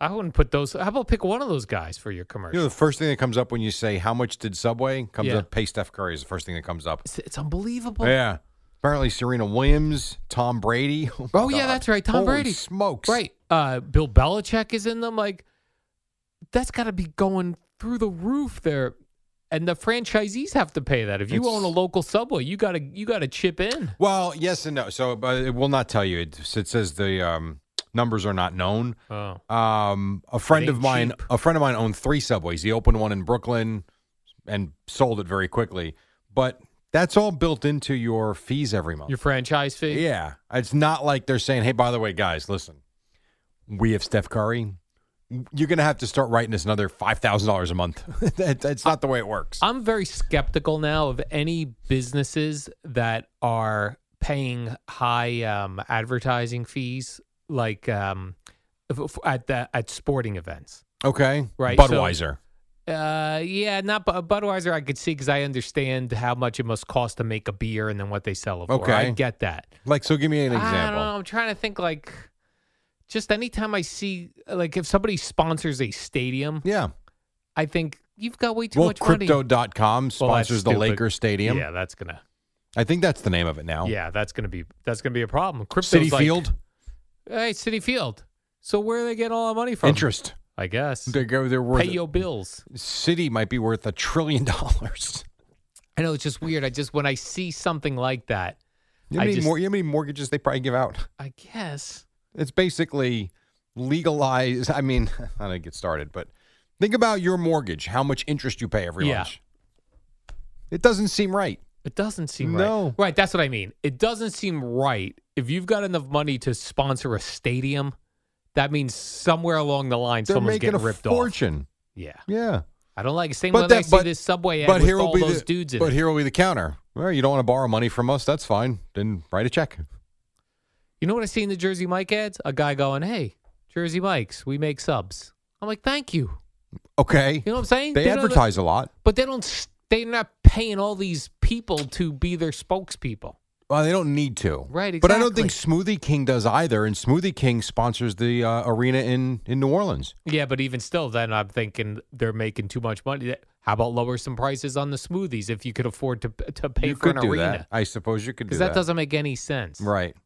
[SPEAKER 2] I wouldn't put those. How about pick one of those guys for your commercial?
[SPEAKER 1] You know, the first thing that comes up when you say how much did Subway comes
[SPEAKER 2] Yeah.
[SPEAKER 1] up. Pay Steph Curry is the first thing that comes up.
[SPEAKER 2] It's, it's unbelievable.
[SPEAKER 1] yeah. Apparently, Serena Williams, Tom Brady. [LAUGHS] Oh, my
[SPEAKER 2] Oh yeah,
[SPEAKER 1] God.
[SPEAKER 2] that's right. Tom
[SPEAKER 1] Holy
[SPEAKER 2] Brady
[SPEAKER 1] smokes.
[SPEAKER 2] Right. Uh, Bill Belichick is in them. Like that's got to be going through the roof there. And the franchisees have to pay that. If you
[SPEAKER 1] It's-
[SPEAKER 2] own a local subway, you gotta you gotta chip in.
[SPEAKER 1] Well, yes and no. So, but it will not tell you. It, it says the um, numbers are not known.
[SPEAKER 2] Oh,
[SPEAKER 1] Um, a friend
[SPEAKER 2] ain't
[SPEAKER 1] of mine,
[SPEAKER 2] cheap.
[SPEAKER 1] a friend of mine owned three subways. He opened one in Brooklyn and sold it very quickly. But that's all built into your fees every month.
[SPEAKER 2] your franchise fee.
[SPEAKER 1] yeah, it's not like they're saying, "Hey, by the way, guys, listen, we have Steph Curry. You're going to have to start writing us another five thousand dollars a month." [LAUGHS] that, that's not the way it works.
[SPEAKER 2] I'm very skeptical now of any businesses that are paying high um, advertising fees, like um, f- f- at the at sporting events.
[SPEAKER 1] Okay,
[SPEAKER 2] Right, so-
[SPEAKER 1] Budweiser.
[SPEAKER 2] Uh, yeah, not Bu- Budweiser. I could see because I understand how much it must cost to make a beer and then what they sell it for. I
[SPEAKER 1] Okay.
[SPEAKER 2] get that.
[SPEAKER 1] like, so give me an example.
[SPEAKER 2] I don't know. I'm trying to think like just anytime I see like if somebody sponsors a stadium,
[SPEAKER 1] Yeah.
[SPEAKER 2] I think you've got way too
[SPEAKER 1] Well,
[SPEAKER 2] much money.
[SPEAKER 1] Crypto.com
[SPEAKER 2] Well, that's
[SPEAKER 1] sponsors the
[SPEAKER 2] stupid.
[SPEAKER 1] Lakers Stadium.
[SPEAKER 2] Yeah, that's gonna.
[SPEAKER 1] I think that's the name of it now.
[SPEAKER 2] Yeah, that's gonna be that's gonna be a problem. Crypto's
[SPEAKER 1] City
[SPEAKER 2] like,
[SPEAKER 1] Field
[SPEAKER 2] Hey, City Field. So where are they getting all that money from?
[SPEAKER 1] interest.
[SPEAKER 2] I guess.
[SPEAKER 1] They go. They're worth.
[SPEAKER 2] Pay your bills.
[SPEAKER 1] City might be worth a trillion dollars. [LAUGHS]
[SPEAKER 2] I know it's just weird. I just when I see something like that,
[SPEAKER 1] You know
[SPEAKER 2] I
[SPEAKER 1] how many
[SPEAKER 2] just-
[SPEAKER 1] mor- you know how many mortgages they probably give out?
[SPEAKER 2] I guess.
[SPEAKER 1] It's basically legalized. I mean, [LAUGHS] I didn't get started, but think about your mortgage. How much interest you pay every
[SPEAKER 2] Yeah.
[SPEAKER 1] month? It doesn't seem right.
[SPEAKER 2] It doesn't seem
[SPEAKER 1] No.
[SPEAKER 2] right. Right, that's what I mean. It doesn't seem right. If you've got enough money to sponsor a stadium, that means somewhere along the line
[SPEAKER 1] They're
[SPEAKER 2] someone's
[SPEAKER 1] making
[SPEAKER 2] getting
[SPEAKER 1] a
[SPEAKER 2] ripped
[SPEAKER 1] fortune.
[SPEAKER 2] Yeah.
[SPEAKER 1] Yeah.
[SPEAKER 2] off. I don't like it. Same
[SPEAKER 1] But
[SPEAKER 2] when I
[SPEAKER 1] that-
[SPEAKER 2] see
[SPEAKER 1] but-
[SPEAKER 2] this subway ad
[SPEAKER 1] but
[SPEAKER 2] with
[SPEAKER 1] here will
[SPEAKER 2] all
[SPEAKER 1] be
[SPEAKER 2] those
[SPEAKER 1] the,
[SPEAKER 2] dudes in
[SPEAKER 1] But
[SPEAKER 2] it.
[SPEAKER 1] here will be the counter. Well, you don't want to borrow money from us. That's fine. Then write a check.
[SPEAKER 2] You know what I see in the Jersey Mike ads? A guy going, "Hey, Jersey Mike's, we make subs." I'm like, "Thank you."
[SPEAKER 1] Okay.
[SPEAKER 2] You know what I'm saying?
[SPEAKER 1] They
[SPEAKER 2] don't-
[SPEAKER 1] advertise a lot.
[SPEAKER 2] but they don't. s- They're not paying all these people to be their spokespeople.
[SPEAKER 1] Well, they don't need to.
[SPEAKER 2] Right,
[SPEAKER 1] But I don't think Smoothie King does either. And Smoothie King sponsors the uh, arena in, in New Orleans.
[SPEAKER 2] Yeah, but even still, then I'm thinking they're making too much money. That- How about lower some prices on the smoothies if you could afford to to pay
[SPEAKER 1] you
[SPEAKER 2] for
[SPEAKER 1] could
[SPEAKER 2] an
[SPEAKER 1] do
[SPEAKER 2] arena?
[SPEAKER 1] that. I suppose you could do
[SPEAKER 2] Because
[SPEAKER 1] that.
[SPEAKER 2] that doesn't make any sense.
[SPEAKER 1] Right.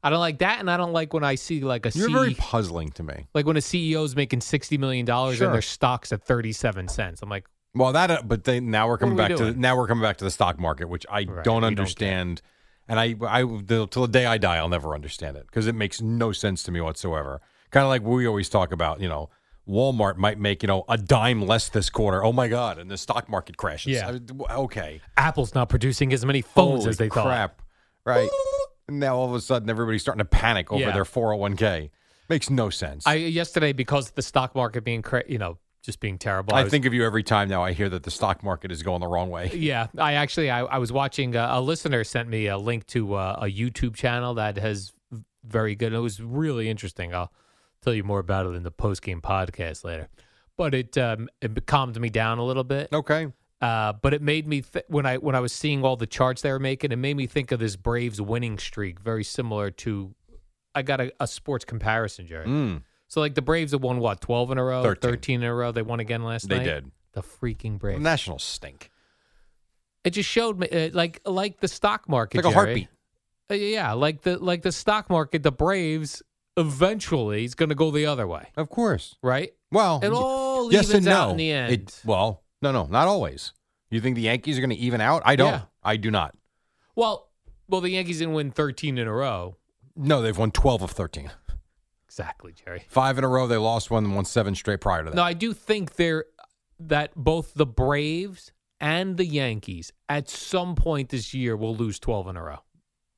[SPEAKER 2] I don't like that, and I don't like when I see like a
[SPEAKER 1] You're
[SPEAKER 2] C-
[SPEAKER 1] very puzzling to me.
[SPEAKER 2] like when a CEO's making sixty million dollars
[SPEAKER 1] Sure.
[SPEAKER 2] and their stocks at thirty seven cents. I'm like,
[SPEAKER 1] Well, that. Uh, but they, now we're coming
[SPEAKER 2] What are
[SPEAKER 1] back
[SPEAKER 2] we
[SPEAKER 1] to
[SPEAKER 2] doing?
[SPEAKER 1] now we're coming back to the stock market, which I
[SPEAKER 2] Right,
[SPEAKER 1] don't
[SPEAKER 2] we don't get it.
[SPEAKER 1] understand. and I, I the, till the day I die, I'll never understand it because it makes no sense to me whatsoever. Kind of like we always talk about, you know, Walmart might make you know a dime less this quarter. Oh my god! And the stock market crashes.
[SPEAKER 2] Yeah.
[SPEAKER 1] I- w- okay.
[SPEAKER 2] Apple's not producing as many phones
[SPEAKER 1] Holy
[SPEAKER 2] as they thought.
[SPEAKER 1] crap. Right. And now all of a sudden everybody's starting to panic over
[SPEAKER 2] Yeah.
[SPEAKER 1] their 401k. Makes no sense.
[SPEAKER 2] I yesterday because of the stock market being cra- you know just being terrible.
[SPEAKER 1] I
[SPEAKER 2] was-
[SPEAKER 1] think of you every time now I hear that the stock market is going the wrong way.
[SPEAKER 2] [LAUGHS] Yeah, I actually I, I was watching uh, a listener sent me a link to uh, a YouTube channel that has v- very good. It was really interesting. I'll tell you more about it in the post game podcast later. But it um, it calmed me down a little bit.
[SPEAKER 1] Okay.
[SPEAKER 2] Uh, but it made me th- when I when I was seeing all the charts they were making, it made me think of this Braves winning streak, very similar to. I got a, a sports comparison, Jerry.
[SPEAKER 1] Mm.
[SPEAKER 2] So like the Braves have won what twelve in a row,
[SPEAKER 1] 13.
[SPEAKER 2] thirteen, in a row. They won again last
[SPEAKER 1] They
[SPEAKER 2] night.
[SPEAKER 1] did.
[SPEAKER 2] The freaking Braves.
[SPEAKER 1] Nationals stink.
[SPEAKER 2] It just showed me, uh, like like the stock market,
[SPEAKER 1] It's like a
[SPEAKER 2] Jerry.
[SPEAKER 1] heartbeat.
[SPEAKER 2] Uh, yeah, like the like the stock market, the Braves eventually is going to go the other way,
[SPEAKER 1] Of course.
[SPEAKER 2] right?
[SPEAKER 1] Well,
[SPEAKER 2] It
[SPEAKER 1] y-
[SPEAKER 2] all
[SPEAKER 1] yes
[SPEAKER 2] evens
[SPEAKER 1] and no.
[SPEAKER 2] out in the end.
[SPEAKER 1] It, well, no, no, not always. You think the Yankees are going to even out? I don't.
[SPEAKER 2] Yeah.
[SPEAKER 1] I do not.
[SPEAKER 2] well, well, the Yankees didn't win thirteen in a row,
[SPEAKER 1] No, they've won 12 of 13.
[SPEAKER 2] exactly, Jerry.
[SPEAKER 1] Five in a row. They lost one and won seven straight prior to that.
[SPEAKER 2] No, I do think there that both the Braves and the Yankees at some point this year will lose twelve in a row.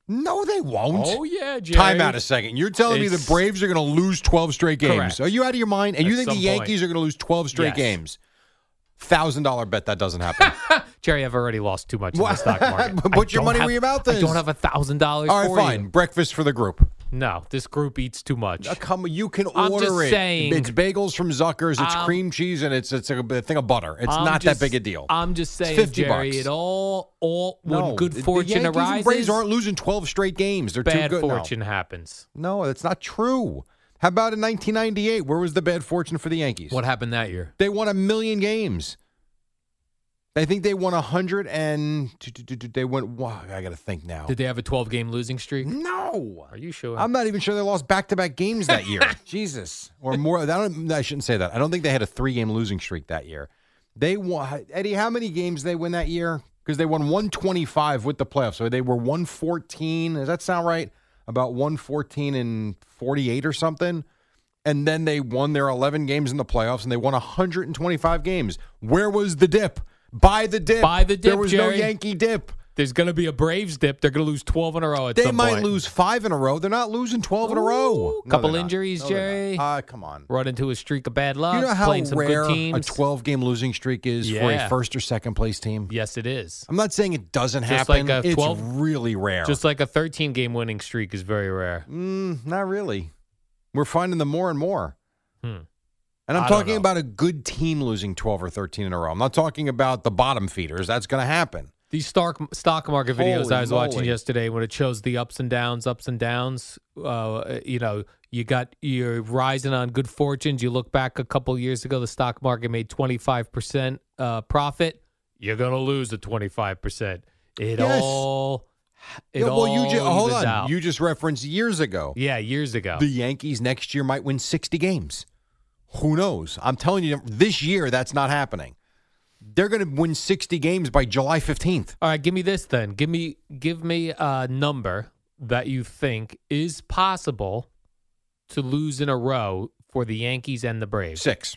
[SPEAKER 1] No, they won't.
[SPEAKER 2] Oh yeah, Jerry.
[SPEAKER 1] Time out a second. You're telling me the
[SPEAKER 2] It's-
[SPEAKER 1] Braves are going to lose 12 straight games.
[SPEAKER 2] Correct.
[SPEAKER 1] Are you out of your mind? And you
[SPEAKER 2] At
[SPEAKER 1] think the
[SPEAKER 2] some point.
[SPEAKER 1] Yankees are going to lose 12 straight
[SPEAKER 2] Yes.
[SPEAKER 1] games? $1,000 bet that doesn't [LAUGHS] happen.
[SPEAKER 2] Jerry, I've already lost too much in
[SPEAKER 1] What?
[SPEAKER 2] the stock
[SPEAKER 1] [LAUGHS]
[SPEAKER 2] market.
[SPEAKER 1] Put
[SPEAKER 2] I
[SPEAKER 1] your
[SPEAKER 2] don't
[SPEAKER 1] money where
[SPEAKER 2] have-
[SPEAKER 1] your mouth
[SPEAKER 2] I
[SPEAKER 1] is.
[SPEAKER 2] don't have a thousand dollars.
[SPEAKER 1] All
[SPEAKER 2] for
[SPEAKER 1] right, fine.
[SPEAKER 2] you.
[SPEAKER 1] Breakfast for the group.
[SPEAKER 2] No, this group eats too much.
[SPEAKER 1] Uh, Come, you can
[SPEAKER 2] I'm
[SPEAKER 1] order
[SPEAKER 2] just
[SPEAKER 1] it.
[SPEAKER 2] saying-
[SPEAKER 1] it's bagels from Zucker's. It's
[SPEAKER 2] I'm-
[SPEAKER 1] cream cheese, and it's it's a, b- thing of butter. It's
[SPEAKER 2] I'm
[SPEAKER 1] not
[SPEAKER 2] just-
[SPEAKER 1] that big a deal.
[SPEAKER 2] I'm just saying,
[SPEAKER 1] 50
[SPEAKER 2] Jerry.
[SPEAKER 1] bucks.
[SPEAKER 2] It all, all when good
[SPEAKER 1] the
[SPEAKER 2] fortune
[SPEAKER 1] Yankees and
[SPEAKER 2] arises,
[SPEAKER 1] Braves aren't losing twelve straight games. They're
[SPEAKER 2] bad
[SPEAKER 1] too good. No.
[SPEAKER 2] fortune happens.
[SPEAKER 1] No, that's not true. How about in 1998? Where was the bad fortune for the Yankees?
[SPEAKER 2] What happened that year?
[SPEAKER 1] They won a million games. I think they won a hundred and t- t- t- t- they went. Wow, I got to think now.
[SPEAKER 2] Did they have a 12 game losing streak?
[SPEAKER 1] No,
[SPEAKER 2] Are you sure?
[SPEAKER 1] I'm not even sure they lost back to back games
[SPEAKER 2] [LAUGHS]
[SPEAKER 1] that year. Jesus, or more. I, don't, I shouldn't say that. I don't think they had a three game losing streak that year. They won. Eddie, how many games they win that year? Because they won 125 with the playoffs, so they were 114. Does that sound right? About 114 and 48 or something. And then they won their 11 games in the playoffs, and they won 125 games. Where was the dip? By the dip.
[SPEAKER 2] Buy the
[SPEAKER 1] There
[SPEAKER 2] dip,
[SPEAKER 1] was
[SPEAKER 2] Jerry.
[SPEAKER 1] no Yankee dip.
[SPEAKER 2] There's going to be a Braves dip. They're going to lose 12 in a row at
[SPEAKER 1] They
[SPEAKER 2] some
[SPEAKER 1] might
[SPEAKER 2] point.
[SPEAKER 1] lose five in a row. They're not losing twelve in a row.
[SPEAKER 2] Ooh, couple
[SPEAKER 1] they're not.
[SPEAKER 2] injuries,
[SPEAKER 1] they're
[SPEAKER 2] Jerry.
[SPEAKER 1] not. Uh, come on.
[SPEAKER 2] Run into a streak of bad luck.
[SPEAKER 1] you know how
[SPEAKER 2] playing some
[SPEAKER 1] rare
[SPEAKER 2] good
[SPEAKER 1] a
[SPEAKER 2] teams.
[SPEAKER 1] twelve-game losing streak is for a
[SPEAKER 2] Yeah.
[SPEAKER 1] first or second place team.
[SPEAKER 2] Yes, it is.
[SPEAKER 1] I'm not saying it doesn't
[SPEAKER 2] Just
[SPEAKER 1] happen.
[SPEAKER 2] like a
[SPEAKER 1] it's
[SPEAKER 2] 12
[SPEAKER 1] really rare.
[SPEAKER 2] Just like a 13 game winning streak is very rare.
[SPEAKER 1] Mm, not really. We're finding them more and more.
[SPEAKER 2] Hmm.
[SPEAKER 1] And I'm
[SPEAKER 2] I don't
[SPEAKER 1] talking
[SPEAKER 2] know.
[SPEAKER 1] about a good team losing 12 or 13 in a row. I'm not talking about the bottom feeders. That's going to happen.
[SPEAKER 2] These stock stock market videos
[SPEAKER 1] Holy
[SPEAKER 2] I was watching
[SPEAKER 1] moly.
[SPEAKER 2] yesterday, when it shows the ups and downs, ups and downs. Uh, you know, you got you're rising on good fortunes. You look back a couple years ago, the stock market made twenty five percent uh, profit. You're gonna lose the twenty five percent. It
[SPEAKER 1] Yes.
[SPEAKER 2] all it
[SPEAKER 1] Yeah,
[SPEAKER 2] all
[SPEAKER 1] you ju- hold
[SPEAKER 2] evens
[SPEAKER 1] on.
[SPEAKER 2] out.
[SPEAKER 1] You just referenced years ago.
[SPEAKER 2] yeah, years ago.
[SPEAKER 1] The Yankees next year might win 60 games. Who knows? I'm telling you, this year that's not happening. They're going to win 60 games by July 15th.
[SPEAKER 2] all right, give me this then. Give me give me a number that you think is possible to lose in a row for the Yankees and the Braves.
[SPEAKER 1] Six.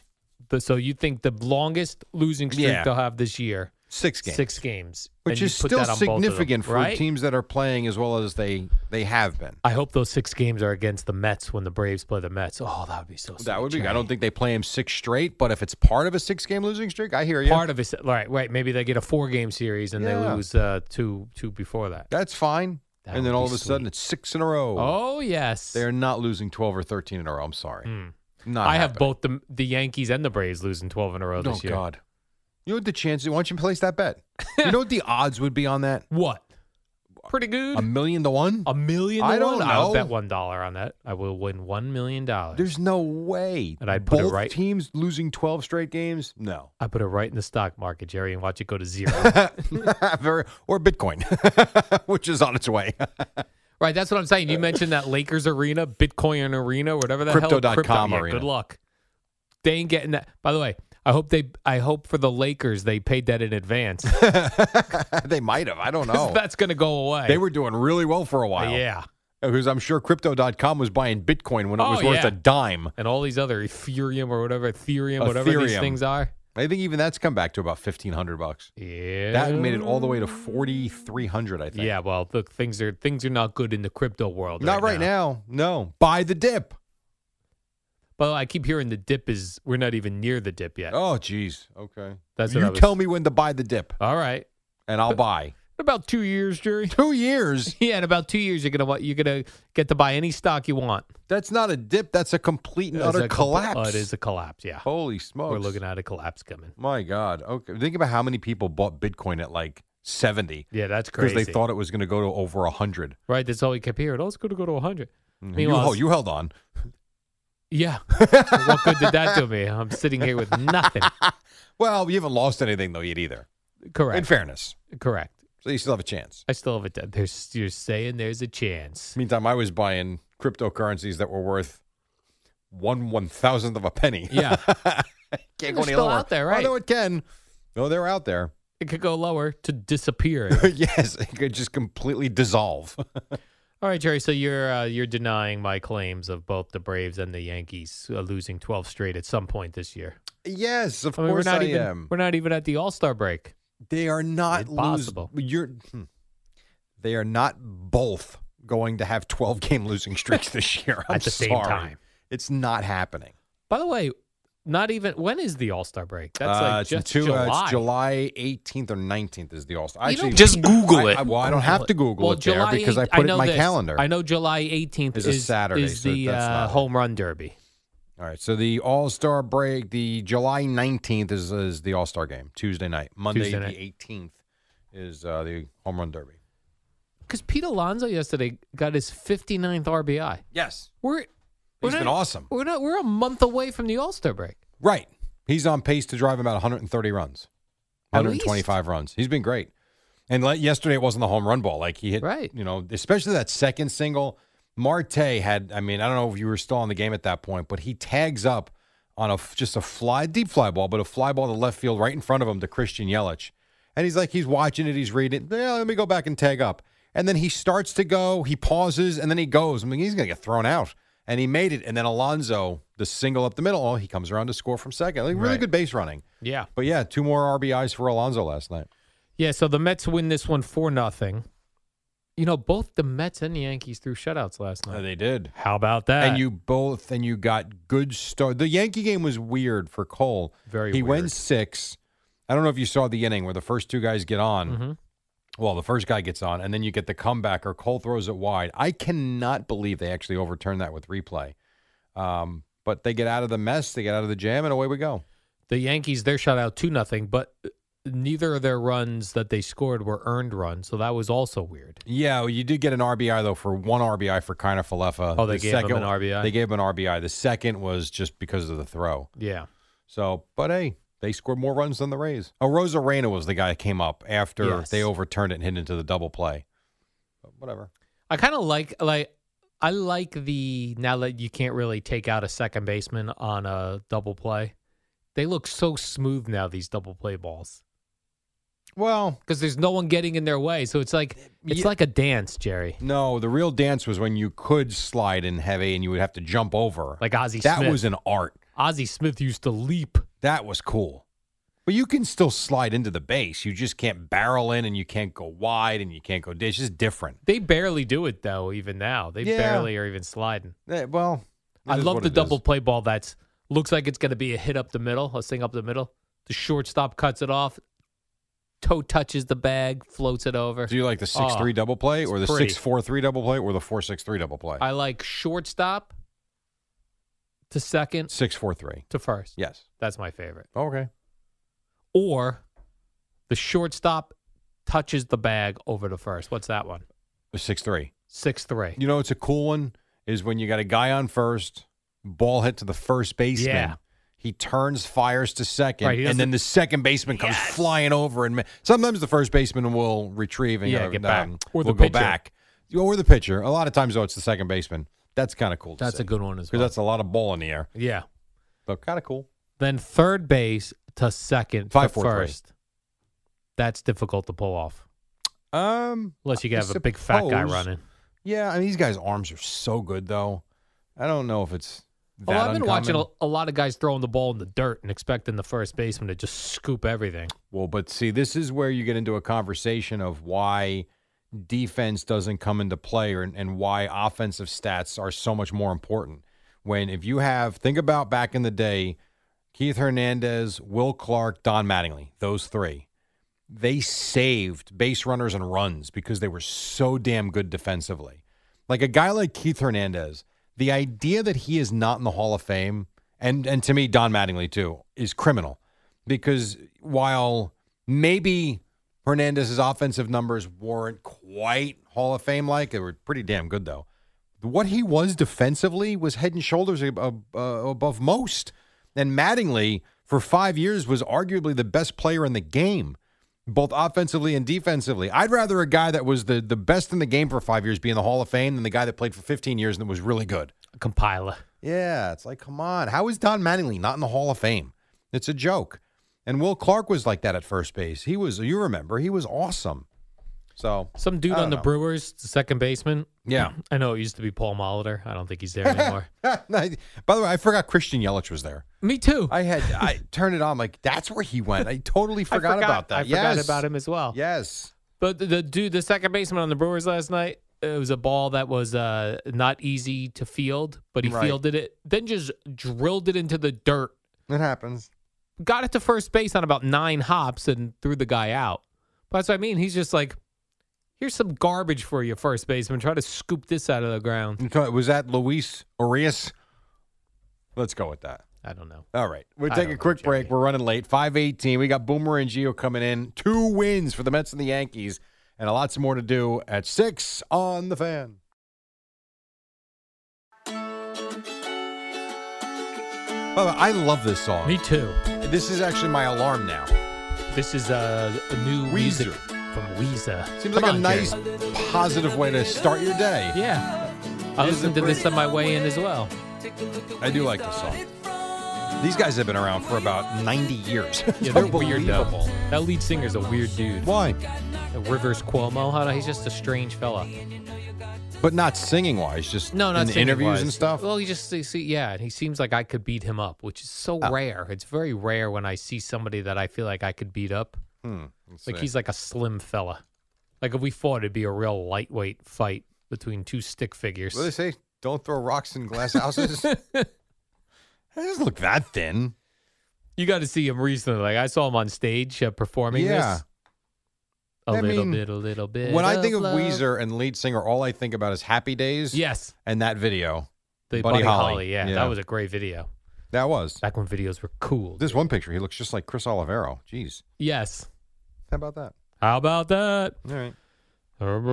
[SPEAKER 2] The, so you think the longest losing streak
[SPEAKER 1] Yeah.
[SPEAKER 2] they'll have this year
[SPEAKER 1] Six games.
[SPEAKER 2] Six games.
[SPEAKER 1] Which
[SPEAKER 2] And you
[SPEAKER 1] is
[SPEAKER 2] put
[SPEAKER 1] still
[SPEAKER 2] that on both of them,
[SPEAKER 1] significant for
[SPEAKER 2] right?
[SPEAKER 1] teams that are playing as well as they they have been.
[SPEAKER 2] I hope those six games are against the Mets when the Braves play the Mets. Oh, that would be so.
[SPEAKER 1] That would be.
[SPEAKER 2] sweet,
[SPEAKER 1] I
[SPEAKER 2] Johnny.
[SPEAKER 1] don't think they play him six straight, but if it's part of a six-game losing streak, I hear you.
[SPEAKER 2] Part of it, right? Right. Maybe they get a four-game series and they
[SPEAKER 1] Yeah.
[SPEAKER 2] lose uh, two two before that.
[SPEAKER 1] That's fine.
[SPEAKER 2] That
[SPEAKER 1] and
[SPEAKER 2] would
[SPEAKER 1] then
[SPEAKER 2] be
[SPEAKER 1] all of a sudden, it's six in a row.
[SPEAKER 2] Oh yes,
[SPEAKER 1] They're not losing twelve or thirteen in a row. I'm sorry. Not.
[SPEAKER 2] Hmm. I have
[SPEAKER 1] happening.
[SPEAKER 2] both the the Yankees and the Braves losing twelve in a row
[SPEAKER 1] Oh
[SPEAKER 2] this year.
[SPEAKER 1] God. You know what the chances? Why don't you place that bet? You know what the [LAUGHS] odds would be on that?
[SPEAKER 2] What? Pretty good.
[SPEAKER 1] A million to one?
[SPEAKER 2] A million. to
[SPEAKER 1] I don't
[SPEAKER 2] one? I'll
[SPEAKER 1] know.
[SPEAKER 2] bet one dollar on that. I will win one million dollars.
[SPEAKER 1] There's no way.
[SPEAKER 2] And I'd put it
[SPEAKER 1] Both
[SPEAKER 2] right-
[SPEAKER 1] Teams losing twelve straight games? No. [LAUGHS]
[SPEAKER 2] I put it right in the stock market, Jerry, and watch it go to zero.
[SPEAKER 1] Very- or Bitcoin, [LAUGHS] which is on its way. [LAUGHS]
[SPEAKER 2] right, that's what I'm saying. You mentioned that Lakers arena, Bitcoin arena, whatever the hell.
[SPEAKER 1] Crypto.com
[SPEAKER 2] yeah,
[SPEAKER 1] arena.
[SPEAKER 2] Good luck. They ain't getting that. By the way, I hope they. I hope for the Lakers they paid that in
[SPEAKER 1] [LAUGHS]
[SPEAKER 2] advance.
[SPEAKER 1] they might have.
[SPEAKER 2] [LAUGHS]
[SPEAKER 1] I don't know.
[SPEAKER 2] that's going to go away.
[SPEAKER 1] Oh. they were doing really well for a while.
[SPEAKER 2] Yeah.
[SPEAKER 1] Because I'm sure crypto.com was buying Bitcoin when it
[SPEAKER 2] Oh,
[SPEAKER 1] was worth
[SPEAKER 2] yeah.
[SPEAKER 1] a dime.
[SPEAKER 2] And all these other Ethereum or whatever, Ethereum, whatever these
[SPEAKER 1] Ethereum.
[SPEAKER 2] things are.
[SPEAKER 1] I think even that's come back to about 1500 bucks.
[SPEAKER 2] Yeah.
[SPEAKER 1] That made it all the way to 4300, I think.
[SPEAKER 2] Yeah, well, look, things are things are not good in the crypto world.
[SPEAKER 1] Not right now. No. Buy the dip.
[SPEAKER 2] But I keep hearing the dip is we're not even near the dip yet.
[SPEAKER 1] Oh, geez. Okay.
[SPEAKER 2] That's what
[SPEAKER 1] you
[SPEAKER 2] I was-
[SPEAKER 1] tell me when to buy the dip,
[SPEAKER 2] All right.
[SPEAKER 1] and I'll buy.
[SPEAKER 2] In about two years, Jerry. [LAUGHS]
[SPEAKER 1] Two years.
[SPEAKER 2] Yeah, in about two years, you're gonna wa- you're gonna get to buy any stock you want.
[SPEAKER 1] That's not a dip. That's a complete and
[SPEAKER 2] It's
[SPEAKER 1] utter
[SPEAKER 2] a comp-
[SPEAKER 1] collapse.
[SPEAKER 2] Oh, it is a collapse. Yeah,
[SPEAKER 1] Holy smokes!
[SPEAKER 2] we're looking at a collapse coming.
[SPEAKER 1] My God. Okay. Think about how many people bought Bitcoin at like seventy
[SPEAKER 2] Yeah, that's
[SPEAKER 1] because
[SPEAKER 2] crazy.
[SPEAKER 1] they thought it was going to go to over hundred.
[SPEAKER 2] right. That's all we kept hearing. Oh, it's gonna go to 100.
[SPEAKER 1] You,
[SPEAKER 2] Meanwhile,
[SPEAKER 1] hel- Mm-hmm. you oh, held on. [LAUGHS]
[SPEAKER 2] yeah. what good did that do me? I'm sitting here with nothing.
[SPEAKER 1] Well, you haven't lost anything though yet either.
[SPEAKER 2] Correct.
[SPEAKER 1] [LAUGHS] In fairness,
[SPEAKER 2] Correct.
[SPEAKER 1] so you still have a chance.
[SPEAKER 2] I still have it. dead. There's you're saying there's a chance.
[SPEAKER 1] Meantime, I was buying cryptocurrencies that were worth one one thousandth of a penny.
[SPEAKER 2] Yeah,
[SPEAKER 1] [LAUGHS] Can't
[SPEAKER 2] They're
[SPEAKER 1] go any
[SPEAKER 2] still
[SPEAKER 1] lower.
[SPEAKER 2] out there, right?
[SPEAKER 1] Although it can. No, they're out there.
[SPEAKER 2] it could go lower to disappear.
[SPEAKER 1] [LAUGHS] yes, it could just completely dissolve. [LAUGHS]
[SPEAKER 2] All right, Jerry. So you're uh, you're denying my claims of both the Braves and the Yankees uh, losing 12 straight at some point this year.
[SPEAKER 1] yes, of
[SPEAKER 2] I mean,
[SPEAKER 1] course
[SPEAKER 2] we're not
[SPEAKER 1] I
[SPEAKER 2] even
[SPEAKER 1] am.
[SPEAKER 2] we're not even at the All Star break.
[SPEAKER 1] They are not
[SPEAKER 2] Impossible.
[SPEAKER 1] lose- You're. hmm. They are not both going to have 12 game losing streaks
[SPEAKER 2] [LAUGHS]
[SPEAKER 1] this year. I'm
[SPEAKER 2] At the same
[SPEAKER 1] sorry.
[SPEAKER 2] time.
[SPEAKER 1] it's not happening.
[SPEAKER 2] By the way, not even when is the All Star break? That's
[SPEAKER 1] Uh,
[SPEAKER 2] like
[SPEAKER 1] it's in
[SPEAKER 2] just
[SPEAKER 1] two- uh,
[SPEAKER 2] July.
[SPEAKER 1] it's July 18th or 19th is the All Star.
[SPEAKER 2] You don't-
[SPEAKER 1] Actually,
[SPEAKER 2] Just
[SPEAKER 1] Google it. well, I don't have to Google
[SPEAKER 2] well,
[SPEAKER 1] it
[SPEAKER 2] July
[SPEAKER 1] there because I
[SPEAKER 2] eight-
[SPEAKER 1] put it
[SPEAKER 2] know
[SPEAKER 1] in my
[SPEAKER 2] this.
[SPEAKER 1] calendar.
[SPEAKER 2] I know July 18th
[SPEAKER 1] Is
[SPEAKER 2] is
[SPEAKER 1] a Saturday,
[SPEAKER 2] Is
[SPEAKER 1] so
[SPEAKER 2] the
[SPEAKER 1] that's
[SPEAKER 2] uh,
[SPEAKER 1] not it.
[SPEAKER 2] home run derby?
[SPEAKER 1] All right, so the All Star break, the July 19th is, is the All Star game, Tuesday night. Monday
[SPEAKER 2] Tuesday
[SPEAKER 1] the
[SPEAKER 2] night.
[SPEAKER 1] 18th is uh, the Home Run Derby.
[SPEAKER 2] Because Pete Alonso yesterday got his 59th RBI.
[SPEAKER 1] Yes.
[SPEAKER 2] We're we're
[SPEAKER 1] He's been
[SPEAKER 2] not-
[SPEAKER 1] awesome.
[SPEAKER 2] We're not. We're a month away from the All Star break.
[SPEAKER 1] Right. He's on pace to drive about 130 runs,
[SPEAKER 2] At
[SPEAKER 1] 125 runs. He's been great. And like yesterday, it wasn't the home run ball. Like he hit,
[SPEAKER 2] Right.
[SPEAKER 1] you know, especially that second single. Marte had, I mean, I don't know if you were still in the game at that point, but he tags up on a f- just a fly, deep fly ball, but a fly ball to left field right in front of him to Christian Yelich. And he's like, he's watching it, he's reading it. Yeah, let me go back and tag up. And then he starts to go, he pauses, and then he goes. I mean, he's going to get thrown out. And he made it. And then Alonzo, the single up the middle, oh, he comes around to score from second. Like, really
[SPEAKER 2] Right.
[SPEAKER 1] good base running.
[SPEAKER 2] Yeah.
[SPEAKER 1] But yeah, two more RBIs for Alonzo last night.
[SPEAKER 2] Yeah, so the Mets win this one for nothing. You know, both the Mets and the Yankees threw shutouts last night.
[SPEAKER 1] they did.
[SPEAKER 2] How about that?
[SPEAKER 1] and you both and you got good start. The Yankee game was weird for Cole.
[SPEAKER 2] Very
[SPEAKER 1] He
[SPEAKER 2] weird.
[SPEAKER 1] went six. I don't know if you saw the inning where the first two guys get on.
[SPEAKER 2] Mhm.
[SPEAKER 1] Well, the first guy gets on, and then you get the comeback, or Cole throws it wide. I cannot believe they actually overturned that with replay. Um, but they get out of the mess, they get out of the jam, and away we go.
[SPEAKER 2] the Yankees their shutout two nothing, but uh, neither of their runs that they scored were earned runs, so that was also weird.
[SPEAKER 1] Yeah, well, you did get an RBI though for one RBI for Kiner Falefa.
[SPEAKER 2] Oh, they
[SPEAKER 1] The
[SPEAKER 2] gave him
[SPEAKER 1] second-
[SPEAKER 2] an RBI?
[SPEAKER 1] They gave him an RBI. The second was just because of the throw.
[SPEAKER 2] Yeah.
[SPEAKER 1] So, but hey, they scored more runs than the Rays. Oh, Rosarena was the guy that came up after
[SPEAKER 2] Yes.
[SPEAKER 1] they overturned it and hit into the double play. But whatever.
[SPEAKER 2] I kind of like like I like the now that you can't really take out a second baseman on a double play. They look so smooth now these double play balls
[SPEAKER 1] Well,
[SPEAKER 2] because there's no one getting in their way. So it's like it's
[SPEAKER 1] Yeah.
[SPEAKER 2] like a dance, Jerry.
[SPEAKER 1] no, the real dance was when you could slide in heavy and you would have to jump over.
[SPEAKER 2] Like Ozzie
[SPEAKER 1] that
[SPEAKER 2] Smith.
[SPEAKER 1] was an art.
[SPEAKER 2] Ozzie Smith used to leap.
[SPEAKER 1] That was cool. But you can still slide into the base. You just can't barrel in and you can't go wide and you can't go dish. It's different.
[SPEAKER 2] They barely do it though, even now. They
[SPEAKER 1] Yeah.
[SPEAKER 2] barely are even sliding.
[SPEAKER 1] Eh, well, it
[SPEAKER 2] I
[SPEAKER 1] is
[SPEAKER 2] love
[SPEAKER 1] what
[SPEAKER 2] the
[SPEAKER 1] it is.
[SPEAKER 2] double play ball that's looks like it's gonna be a hit up the middle, a thing up the middle. The shortstop cuts it off, toe touches the bag, floats it over.
[SPEAKER 1] Do you like the six three
[SPEAKER 2] Oh,
[SPEAKER 1] double play or the
[SPEAKER 2] it's pretty.
[SPEAKER 1] six four three double play or the four six three double play?
[SPEAKER 2] I like shortstop to second
[SPEAKER 1] Six four three.
[SPEAKER 2] to first.
[SPEAKER 1] Yes.
[SPEAKER 2] That's my favorite.
[SPEAKER 1] Okay.
[SPEAKER 2] Or the shortstop touches the bag over to first. What's that one?
[SPEAKER 1] Six three.
[SPEAKER 2] Six three.
[SPEAKER 1] You know, it's a cool one is when you got a guy on first, ball hit to the first baseman.
[SPEAKER 2] Yeah.
[SPEAKER 1] He turns, fires to second,
[SPEAKER 2] Right, he
[SPEAKER 1] and then
[SPEAKER 2] doesn't-
[SPEAKER 1] the second baseman comes flying over. And ma- sometimes the first baseman will retrieve and
[SPEAKER 2] Yeah,
[SPEAKER 1] uh,
[SPEAKER 2] get back.
[SPEAKER 1] um,
[SPEAKER 2] Or the
[SPEAKER 1] will go
[SPEAKER 2] pitcher.
[SPEAKER 1] back, or the pitcher. A lot of times, though, it's the second baseman. That's kind of cool.
[SPEAKER 2] That's a good one as
[SPEAKER 1] because
[SPEAKER 2] well.
[SPEAKER 1] that's a lot of ball in the air.
[SPEAKER 2] Yeah.
[SPEAKER 1] So kind of cool.
[SPEAKER 2] Then third base to second
[SPEAKER 1] Five,
[SPEAKER 2] to
[SPEAKER 1] four, three.
[SPEAKER 2] first. That's difficult to pull off
[SPEAKER 1] Um,
[SPEAKER 2] unless you
[SPEAKER 1] I
[SPEAKER 2] have a big fat guy
[SPEAKER 1] suppose-
[SPEAKER 2] running.
[SPEAKER 1] Yeah, I mean these guys' arms are so good though. I don't know if it's. That
[SPEAKER 2] Well, I've been watching
[SPEAKER 1] uncommon.
[SPEAKER 2] a, a lot of guys throwing the ball in the dirt and expecting the first baseman to just scoop everything.
[SPEAKER 1] Well, but see, this is where you get into a conversation of why defense doesn't come into play or, and why offensive stats are so much more important. When if you have, think about back in the day, Keith Hernandez, Will Clark, Don Mattingly, those three, they saved base runners and runs because they were so damn good defensively. Like a guy like Keith Hernandez, the idea that he is not in the Hall of Fame, and and to me, Don Mattingly too, is criminal because while maybe Hernandez's offensive numbers weren't quite Hall of Fame like, they were pretty damn good though. What he was defensively was head and shoulders ab- uh, above most. And Mattingly, for five years, was arguably the best player in the game, both offensively and defensively. I'd rather a guy that was the, the best in the game for five years be in the Hall of Fame than the guy that played for 15 years and was really good.
[SPEAKER 2] A compiler.
[SPEAKER 1] Yeah, it's like, come on. How is Don Mattingly not in the Hall of Fame? It's a joke. And Will Clark was like that at first base. He was, you remember, he was awesome. So [LAUGHS]
[SPEAKER 2] Some dude
[SPEAKER 1] I don't
[SPEAKER 2] on the
[SPEAKER 1] know.
[SPEAKER 2] Brewers, the second baseman.
[SPEAKER 1] Yeah.
[SPEAKER 2] [CLEARS THROAT] I know it used to be Paul Molitor. I don't think he's there anymore.
[SPEAKER 1] By the way, I forgot Christian Yelich was there.
[SPEAKER 2] Me too.
[SPEAKER 1] [LAUGHS] I had
[SPEAKER 2] [LAUGHS]
[SPEAKER 1] I turned it on like that's where he went. I totally forgot, about that.
[SPEAKER 2] I
[SPEAKER 1] yes.
[SPEAKER 2] forgot about him as well.
[SPEAKER 1] Yes.
[SPEAKER 2] But the, the dude, the second baseman on the Brewers last night, it was a ball that was uh, not easy to field, but he
[SPEAKER 1] Right.
[SPEAKER 2] fielded it, then just drilled it into the dirt,
[SPEAKER 1] It happens.
[SPEAKER 2] got it to first base on about nine hops, and threw the guy out. But that's what I mean. He's just like, here's some garbage for your first baseman. Try to scoop this out of the ground.
[SPEAKER 1] Was that Luis Arias? Let's go with that.
[SPEAKER 2] I don't know.
[SPEAKER 1] All right. We'll
[SPEAKER 2] I
[SPEAKER 1] take
[SPEAKER 2] don't
[SPEAKER 1] a
[SPEAKER 2] know,
[SPEAKER 1] quick break.
[SPEAKER 2] Jerry.
[SPEAKER 1] We're running late. 518. We got Boomer and Geo coming in. Two wins for the Mets and the Yankees, and a lots more to do at six on the fan. By the way, I love this song.
[SPEAKER 2] Me too.
[SPEAKER 1] This is actually my alarm now.
[SPEAKER 2] This is uh, a new music
[SPEAKER 1] Weezer.
[SPEAKER 2] from Weezer.
[SPEAKER 1] Seems
[SPEAKER 2] Come
[SPEAKER 1] like a
[SPEAKER 2] on,
[SPEAKER 1] nice,
[SPEAKER 2] Jerry.
[SPEAKER 1] positive way to start your day.
[SPEAKER 2] Yeah. I
[SPEAKER 1] This is
[SPEAKER 2] listened
[SPEAKER 1] a
[SPEAKER 2] to this
[SPEAKER 1] great-
[SPEAKER 2] on my way in as well.
[SPEAKER 1] I do like this song. These guys have been around for about 90 years.
[SPEAKER 2] Yeah,
[SPEAKER 1] It's
[SPEAKER 2] they're weird though.
[SPEAKER 1] unbelievable.
[SPEAKER 2] That lead singer's a weird dude.
[SPEAKER 1] Why?
[SPEAKER 2] Rivers Cuomo. I don't know, he's just a strange fella.
[SPEAKER 1] But not singing wise, just
[SPEAKER 2] No, not
[SPEAKER 1] in the
[SPEAKER 2] singing
[SPEAKER 1] interviews
[SPEAKER 2] wise.
[SPEAKER 1] and stuff.
[SPEAKER 2] Well, he just he- see, yeah, and he seems like I could beat him up, which is so
[SPEAKER 1] Oh.
[SPEAKER 2] rare. It's very rare when I see somebody that I feel like I could beat up.
[SPEAKER 1] Hmm, let's
[SPEAKER 2] Like
[SPEAKER 1] see.
[SPEAKER 2] he's like a slim fella. Like if we fought, it'd be a real lightweight fight between two stick figures.
[SPEAKER 1] What do they say? Don't throw rocks in glass houses.
[SPEAKER 2] [LAUGHS]
[SPEAKER 1] it doesn't look that thin.
[SPEAKER 2] You got to see him recently. Like I saw him on stage uh, performing
[SPEAKER 1] Yeah.
[SPEAKER 2] this. A
[SPEAKER 1] I
[SPEAKER 2] little
[SPEAKER 1] mean,
[SPEAKER 2] bit, a little bit.
[SPEAKER 1] When I think of
[SPEAKER 2] love.
[SPEAKER 1] Weezer and lead singer, all I think about is Happy Days
[SPEAKER 2] yes,
[SPEAKER 1] and that video.
[SPEAKER 2] the
[SPEAKER 1] Buddy
[SPEAKER 2] Buddy,
[SPEAKER 1] Holly.
[SPEAKER 2] Holly. Yeah,
[SPEAKER 1] Yeah.
[SPEAKER 2] that was a great video.
[SPEAKER 1] That was.
[SPEAKER 2] Back when videos were cool.
[SPEAKER 1] This one picture, he looks just like Chris Olivero. Jeez.
[SPEAKER 2] Yes.
[SPEAKER 1] How about that?
[SPEAKER 2] How about that?
[SPEAKER 1] All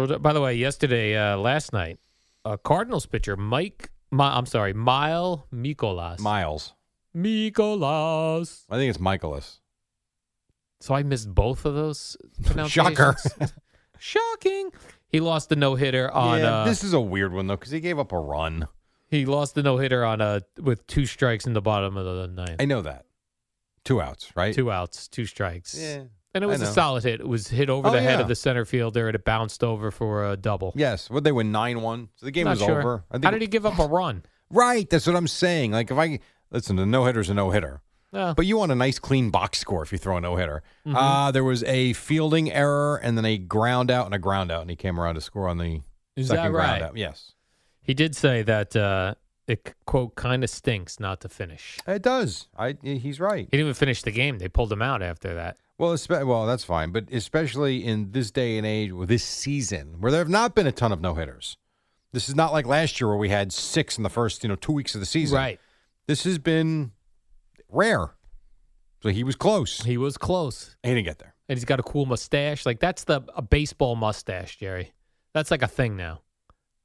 [SPEAKER 1] right.
[SPEAKER 2] By the way, yesterday, uh, last night, uh, Cardinals pitcher Mike, my, I'm sorry, Mile Mikolas.
[SPEAKER 1] Miles.
[SPEAKER 2] Mikolas.
[SPEAKER 1] I think it's Michaelis.
[SPEAKER 2] So I missed both of those pronunciations.
[SPEAKER 1] [LAUGHS]
[SPEAKER 2] [LAUGHS]
[SPEAKER 1] Shocker.
[SPEAKER 2] Shocking. He lost the no hitter on.
[SPEAKER 1] yeah,
[SPEAKER 2] uh,
[SPEAKER 1] this is a weird one, though, because he gave up a run.
[SPEAKER 2] He lost the no hitter on uh, with two strikes in the bottom of the ninth.
[SPEAKER 1] I know that. Two outs, right?
[SPEAKER 2] Two outs, two strikes.
[SPEAKER 1] Yeah,
[SPEAKER 2] And it
[SPEAKER 1] I
[SPEAKER 2] was a
[SPEAKER 1] know.
[SPEAKER 2] solid hit. It was hit over
[SPEAKER 1] Oh,
[SPEAKER 2] the head
[SPEAKER 1] yeah.
[SPEAKER 2] of the center fielder and it bounced over for a double.
[SPEAKER 1] Yes. Would they win 9 1? So the game
[SPEAKER 2] Not
[SPEAKER 1] was
[SPEAKER 2] sure.
[SPEAKER 1] over. I
[SPEAKER 2] How did he give up a run?
[SPEAKER 1] Right. That's what I'm saying. Like if I listen, the no hitter's a no hitter.
[SPEAKER 2] Oh.
[SPEAKER 1] But you want a nice clean box score if you throw a no hitter.
[SPEAKER 2] Mm-hmm.
[SPEAKER 1] Uh, there was a fielding error and then a ground out and a ground out, and he came around to score on the
[SPEAKER 2] Is that
[SPEAKER 1] second ground
[SPEAKER 2] right?
[SPEAKER 1] out. Yes.
[SPEAKER 2] He did say that uh, it quote kind of stinks not to finish.
[SPEAKER 1] It does. I he's right.
[SPEAKER 2] He didn't even finish the game. They pulled him out after that.
[SPEAKER 1] Well, espe- well, that's fine, but especially in this day and age, with this season, where there have not been a ton of no hitters. This is not like last year where we had six in the first, you know, two weeks of the season.
[SPEAKER 2] Right.
[SPEAKER 1] This has been rare. So he was close.
[SPEAKER 2] He was close.
[SPEAKER 1] He didn't get there.
[SPEAKER 2] And he's got a cool mustache. Like that's the a baseball mustache, Jerry. That's like a thing now.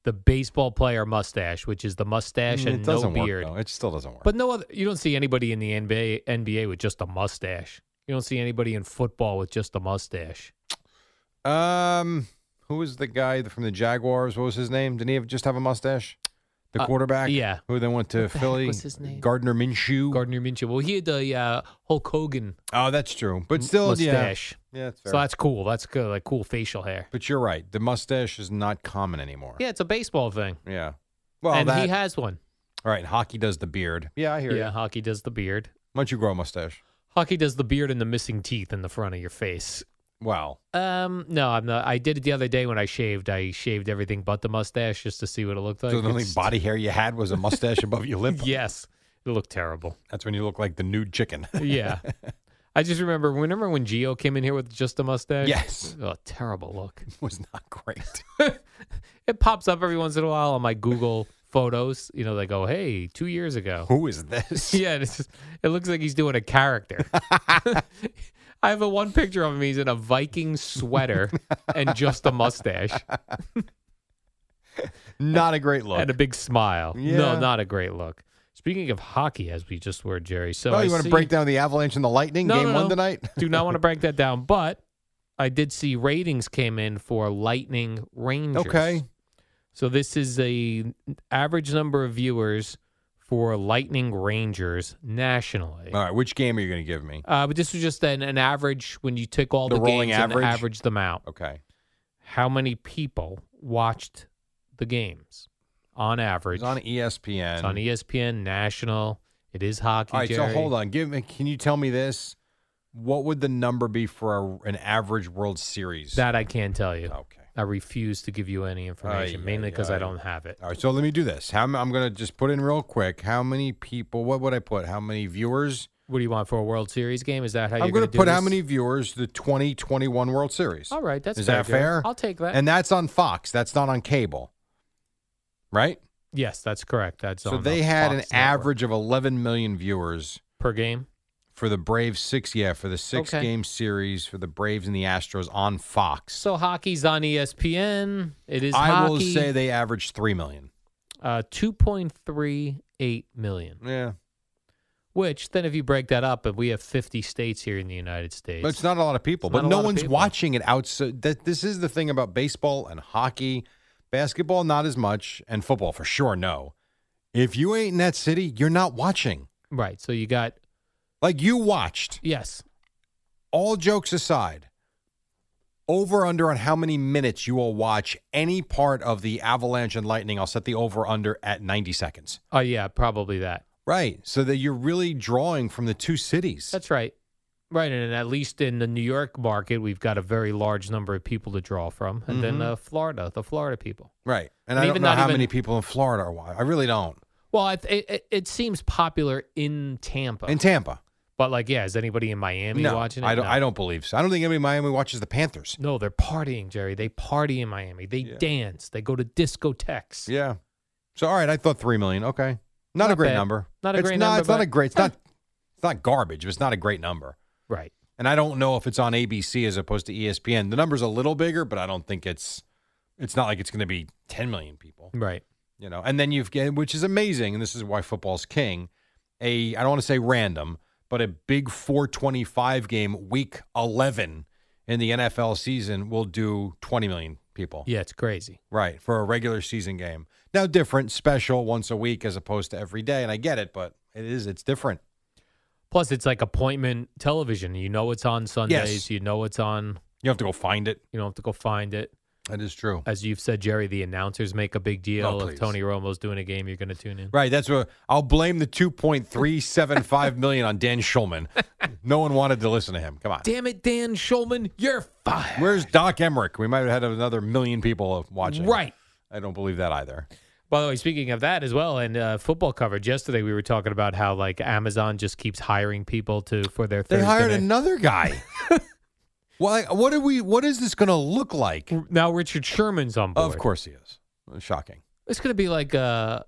[SPEAKER 2] The baseball player mustache, which is the mustache
[SPEAKER 1] Mm,
[SPEAKER 2] and
[SPEAKER 1] it
[SPEAKER 2] no
[SPEAKER 1] doesn't
[SPEAKER 2] beard.
[SPEAKER 1] work. Though. It still doesn't work.
[SPEAKER 2] But no other. You don't see anybody in the NBA NBA with just a mustache. You don't see anybody in football with just a mustache.
[SPEAKER 1] Um, who was the guy from the Jaguars? What was his name? Didn't he have, just have a mustache? The
[SPEAKER 2] Uh,
[SPEAKER 1] quarterback,
[SPEAKER 2] yeah.
[SPEAKER 1] who then went to
[SPEAKER 2] What the heck
[SPEAKER 1] Philly.
[SPEAKER 2] was his name?
[SPEAKER 1] Gardner Minshew.
[SPEAKER 2] Gardner Minshew. Well, he had the uh, Hulk Hogan
[SPEAKER 1] oh, that's true. But still, yeah.
[SPEAKER 2] mustache.
[SPEAKER 1] yeah, that's fair.
[SPEAKER 2] So that's cool. That's good. Like cool facial hair.
[SPEAKER 1] but you're right. The mustache is not common anymore.
[SPEAKER 2] Yeah, it's a baseball thing.
[SPEAKER 1] Yeah. Well,
[SPEAKER 2] and
[SPEAKER 1] that,
[SPEAKER 2] he has one.
[SPEAKER 1] all right. and Hockey does the beard. Yeah, I hear
[SPEAKER 2] yeah,
[SPEAKER 1] you.
[SPEAKER 2] hockey does the beard.
[SPEAKER 1] Why don't you grow a mustache?
[SPEAKER 2] Hockey does the beard and the missing teeth in the front of your face.
[SPEAKER 1] Wow.
[SPEAKER 2] Um, no, I'm not. I did it the other day when I shaved. I shaved everything but the mustache just to see what it looked like.
[SPEAKER 1] so the only
[SPEAKER 2] It's-
[SPEAKER 1] body hair you had was a mustache above your lip.
[SPEAKER 2] [LAUGHS] Yes, it looked terrible.
[SPEAKER 1] That's when you look like the nude chicken. [LAUGHS]
[SPEAKER 2] Yeah. I just remember. Remember when Geo came in here with just a mustache?
[SPEAKER 1] Yes.
[SPEAKER 2] Oh, terrible look.
[SPEAKER 1] was not great. [LAUGHS]
[SPEAKER 2] It pops up every once in a while on my Google photos. You know, they go, "Hey, two years ago."
[SPEAKER 1] Who is
[SPEAKER 2] [LAUGHS]
[SPEAKER 1] this?
[SPEAKER 2] Yeah, and it's just, it looks like he's doing a
[SPEAKER 1] [LAUGHS]
[SPEAKER 2] character. I have a one picture of him. He's in a Viking sweater and just a mustache
[SPEAKER 1] Not a great look.
[SPEAKER 2] and a big smile.
[SPEAKER 1] Yeah.
[SPEAKER 2] No, not a great look. Speaking of hockey, as we just were, Jerry. So
[SPEAKER 1] oh,
[SPEAKER 2] I
[SPEAKER 1] you want
[SPEAKER 2] see-
[SPEAKER 1] to break down the Avalanche and the Lightning
[SPEAKER 2] No,
[SPEAKER 1] game
[SPEAKER 2] no,
[SPEAKER 1] one
[SPEAKER 2] no.
[SPEAKER 1] tonight?
[SPEAKER 2] [LAUGHS] Do
[SPEAKER 1] [LAUGHS]
[SPEAKER 2] not want to break that down, but I did see ratings came in for Lightning Rangers.
[SPEAKER 1] Okay.
[SPEAKER 2] So this is a average number of viewers for Lightning Rangers nationally.
[SPEAKER 1] All right, which game are you going to give me?
[SPEAKER 2] Uh, but this was just an, an average when you took all
[SPEAKER 1] The
[SPEAKER 2] the,
[SPEAKER 1] rolling
[SPEAKER 2] games and
[SPEAKER 1] average?
[SPEAKER 2] averaged them out.
[SPEAKER 1] Okay.
[SPEAKER 2] How many people watched the games on average?
[SPEAKER 1] It's on E ESPN.
[SPEAKER 2] It's on E ESPN National. It is hockey.
[SPEAKER 1] All right,
[SPEAKER 2] Jerry.
[SPEAKER 1] so hold on. Give me can you tell me this? What would the number be for a, an average World Series?
[SPEAKER 2] That I can't tell you.
[SPEAKER 1] okay.
[SPEAKER 2] I refuse to give you any information,
[SPEAKER 1] Aye,
[SPEAKER 2] mainly
[SPEAKER 1] aye,
[SPEAKER 2] because
[SPEAKER 1] aye.
[SPEAKER 2] I don't have it.
[SPEAKER 1] All right, so let me do this. How m- I'm going to just put in real quick. How many people? What would I put? How many viewers?
[SPEAKER 2] What do you want for a World Series game? Is that how
[SPEAKER 1] I'm
[SPEAKER 2] you're going
[SPEAKER 1] gonna
[SPEAKER 2] to do
[SPEAKER 1] put how
[SPEAKER 2] this?
[SPEAKER 1] many viewers the 2021 World Series?
[SPEAKER 2] All right, that's
[SPEAKER 1] Is
[SPEAKER 2] fair,
[SPEAKER 1] that
[SPEAKER 2] Jerry.
[SPEAKER 1] fair?
[SPEAKER 2] I'll take that.
[SPEAKER 1] And that's on Fox. That's not on cable, right?
[SPEAKER 2] yes, that's correct. That's
[SPEAKER 1] So
[SPEAKER 2] on the
[SPEAKER 1] they had an
[SPEAKER 2] Fox Network.
[SPEAKER 1] average of 11 million viewers
[SPEAKER 2] per game.
[SPEAKER 1] for the Braves six. Yeah, for the six
[SPEAKER 2] Okay.
[SPEAKER 1] game series for the Braves and the Astros on Fox.
[SPEAKER 2] So hockey's on E ESPN. It is.
[SPEAKER 1] I
[SPEAKER 2] hockey.
[SPEAKER 1] will say they averaged three million.
[SPEAKER 2] Uh, 2.38 million.
[SPEAKER 1] Yeah,
[SPEAKER 2] Which, then if you break that up, and we have 50 states here in the United States.
[SPEAKER 1] but it's not a lot of people.
[SPEAKER 2] It's
[SPEAKER 1] But
[SPEAKER 2] not a
[SPEAKER 1] no
[SPEAKER 2] lot of
[SPEAKER 1] one's
[SPEAKER 2] people.
[SPEAKER 1] watching it outside. That this is the thing about baseball and hockey, basketball not as much, and football for sure. No, if you ain't in that city, you're not watching.
[SPEAKER 2] Right. So you got,
[SPEAKER 1] Like you watched.
[SPEAKER 2] yes,
[SPEAKER 1] All jokes aside, over under on how many minutes you will watch any part of the Avalanche and Lightning. I'll set the over under at ninety seconds.
[SPEAKER 2] oh, yeah, probably that.
[SPEAKER 1] Right, so that you're really drawing from the two cities.
[SPEAKER 2] That's right. Right. And at least in the New York market, we've got a very large number of people to draw from. And then
[SPEAKER 1] Mhm.
[SPEAKER 2] uh, Florida, the Florida people.
[SPEAKER 1] Right. And,
[SPEAKER 2] And
[SPEAKER 1] I
[SPEAKER 2] even
[SPEAKER 1] don't know
[SPEAKER 2] not
[SPEAKER 1] how
[SPEAKER 2] even-
[SPEAKER 1] many people in Florida are watching. I really don't.
[SPEAKER 2] Well, it, it, it- it seems popular in Tampa.
[SPEAKER 1] In Tampa.
[SPEAKER 2] but, like, yeah, is anybody in Miami
[SPEAKER 1] no,
[SPEAKER 2] watching it?
[SPEAKER 1] I don't
[SPEAKER 2] No.
[SPEAKER 1] I don't believe so. I don't think anybody in Miami watches the Panthers.
[SPEAKER 2] No, they're partying, Jerry. They party in Miami. They
[SPEAKER 1] Yeah.
[SPEAKER 2] dance. They go to discotheques.
[SPEAKER 1] Yeah. So all right, I thought 3 million. Okay. Not, a
[SPEAKER 2] Not
[SPEAKER 1] great
[SPEAKER 2] bad.
[SPEAKER 1] number.
[SPEAKER 2] Not a
[SPEAKER 1] it's
[SPEAKER 2] great
[SPEAKER 1] not,
[SPEAKER 2] number,
[SPEAKER 1] It's not
[SPEAKER 2] but- eh.
[SPEAKER 1] a great. It's not It's not garbage, but it's not a great number.
[SPEAKER 2] Right.
[SPEAKER 1] And I don't know if it's on ABC as opposed to E ESPN. The number's a little bigger, but I don't think it's it's not like it's going to be 10 million people.
[SPEAKER 2] Right.
[SPEAKER 1] you know and then you've get which is amazing and this is why football's king a i don't want to say random but a big 425 game week 11 in the nfl season will do 20 million people
[SPEAKER 2] Yeah, it's crazy.
[SPEAKER 1] right for a regular season game now different special once a week as opposed to every day and i get it but it is it's different
[SPEAKER 2] Plus, it's like appointment television. You know it's on Sundays. You know it's on.
[SPEAKER 1] you don't have to go find it
[SPEAKER 2] You don't have to go find it.
[SPEAKER 1] That is true.
[SPEAKER 2] As you've said, Jerry, the announcers make a big deal
[SPEAKER 1] Oh,
[SPEAKER 2] if
[SPEAKER 1] please.
[SPEAKER 2] Tony Romo's doing a game. You're going to tune in.
[SPEAKER 1] Right. That's what I'll blame the [LAUGHS] 2.375 million on Dan Schulman. No one wanted to listen to him. Come on.
[SPEAKER 2] Damn it, Dan Schulman, you're fired.
[SPEAKER 1] Where's Doc Emmerich? We might have had another million people watching.
[SPEAKER 2] Right.
[SPEAKER 1] I don't believe that either.
[SPEAKER 2] By the way, speaking of that as well, and uh, football coverage. Yesterday, we were talking about how like Amazon just keeps hiring people to for their.
[SPEAKER 1] They
[SPEAKER 2] Thursday
[SPEAKER 1] hired
[SPEAKER 2] night-
[SPEAKER 1] another guy. [LAUGHS] Why? What are we? What is this going to look like?
[SPEAKER 2] Now Richard Sherman's on board.
[SPEAKER 1] Of course he is. Shocking.
[SPEAKER 2] It's going to be like uh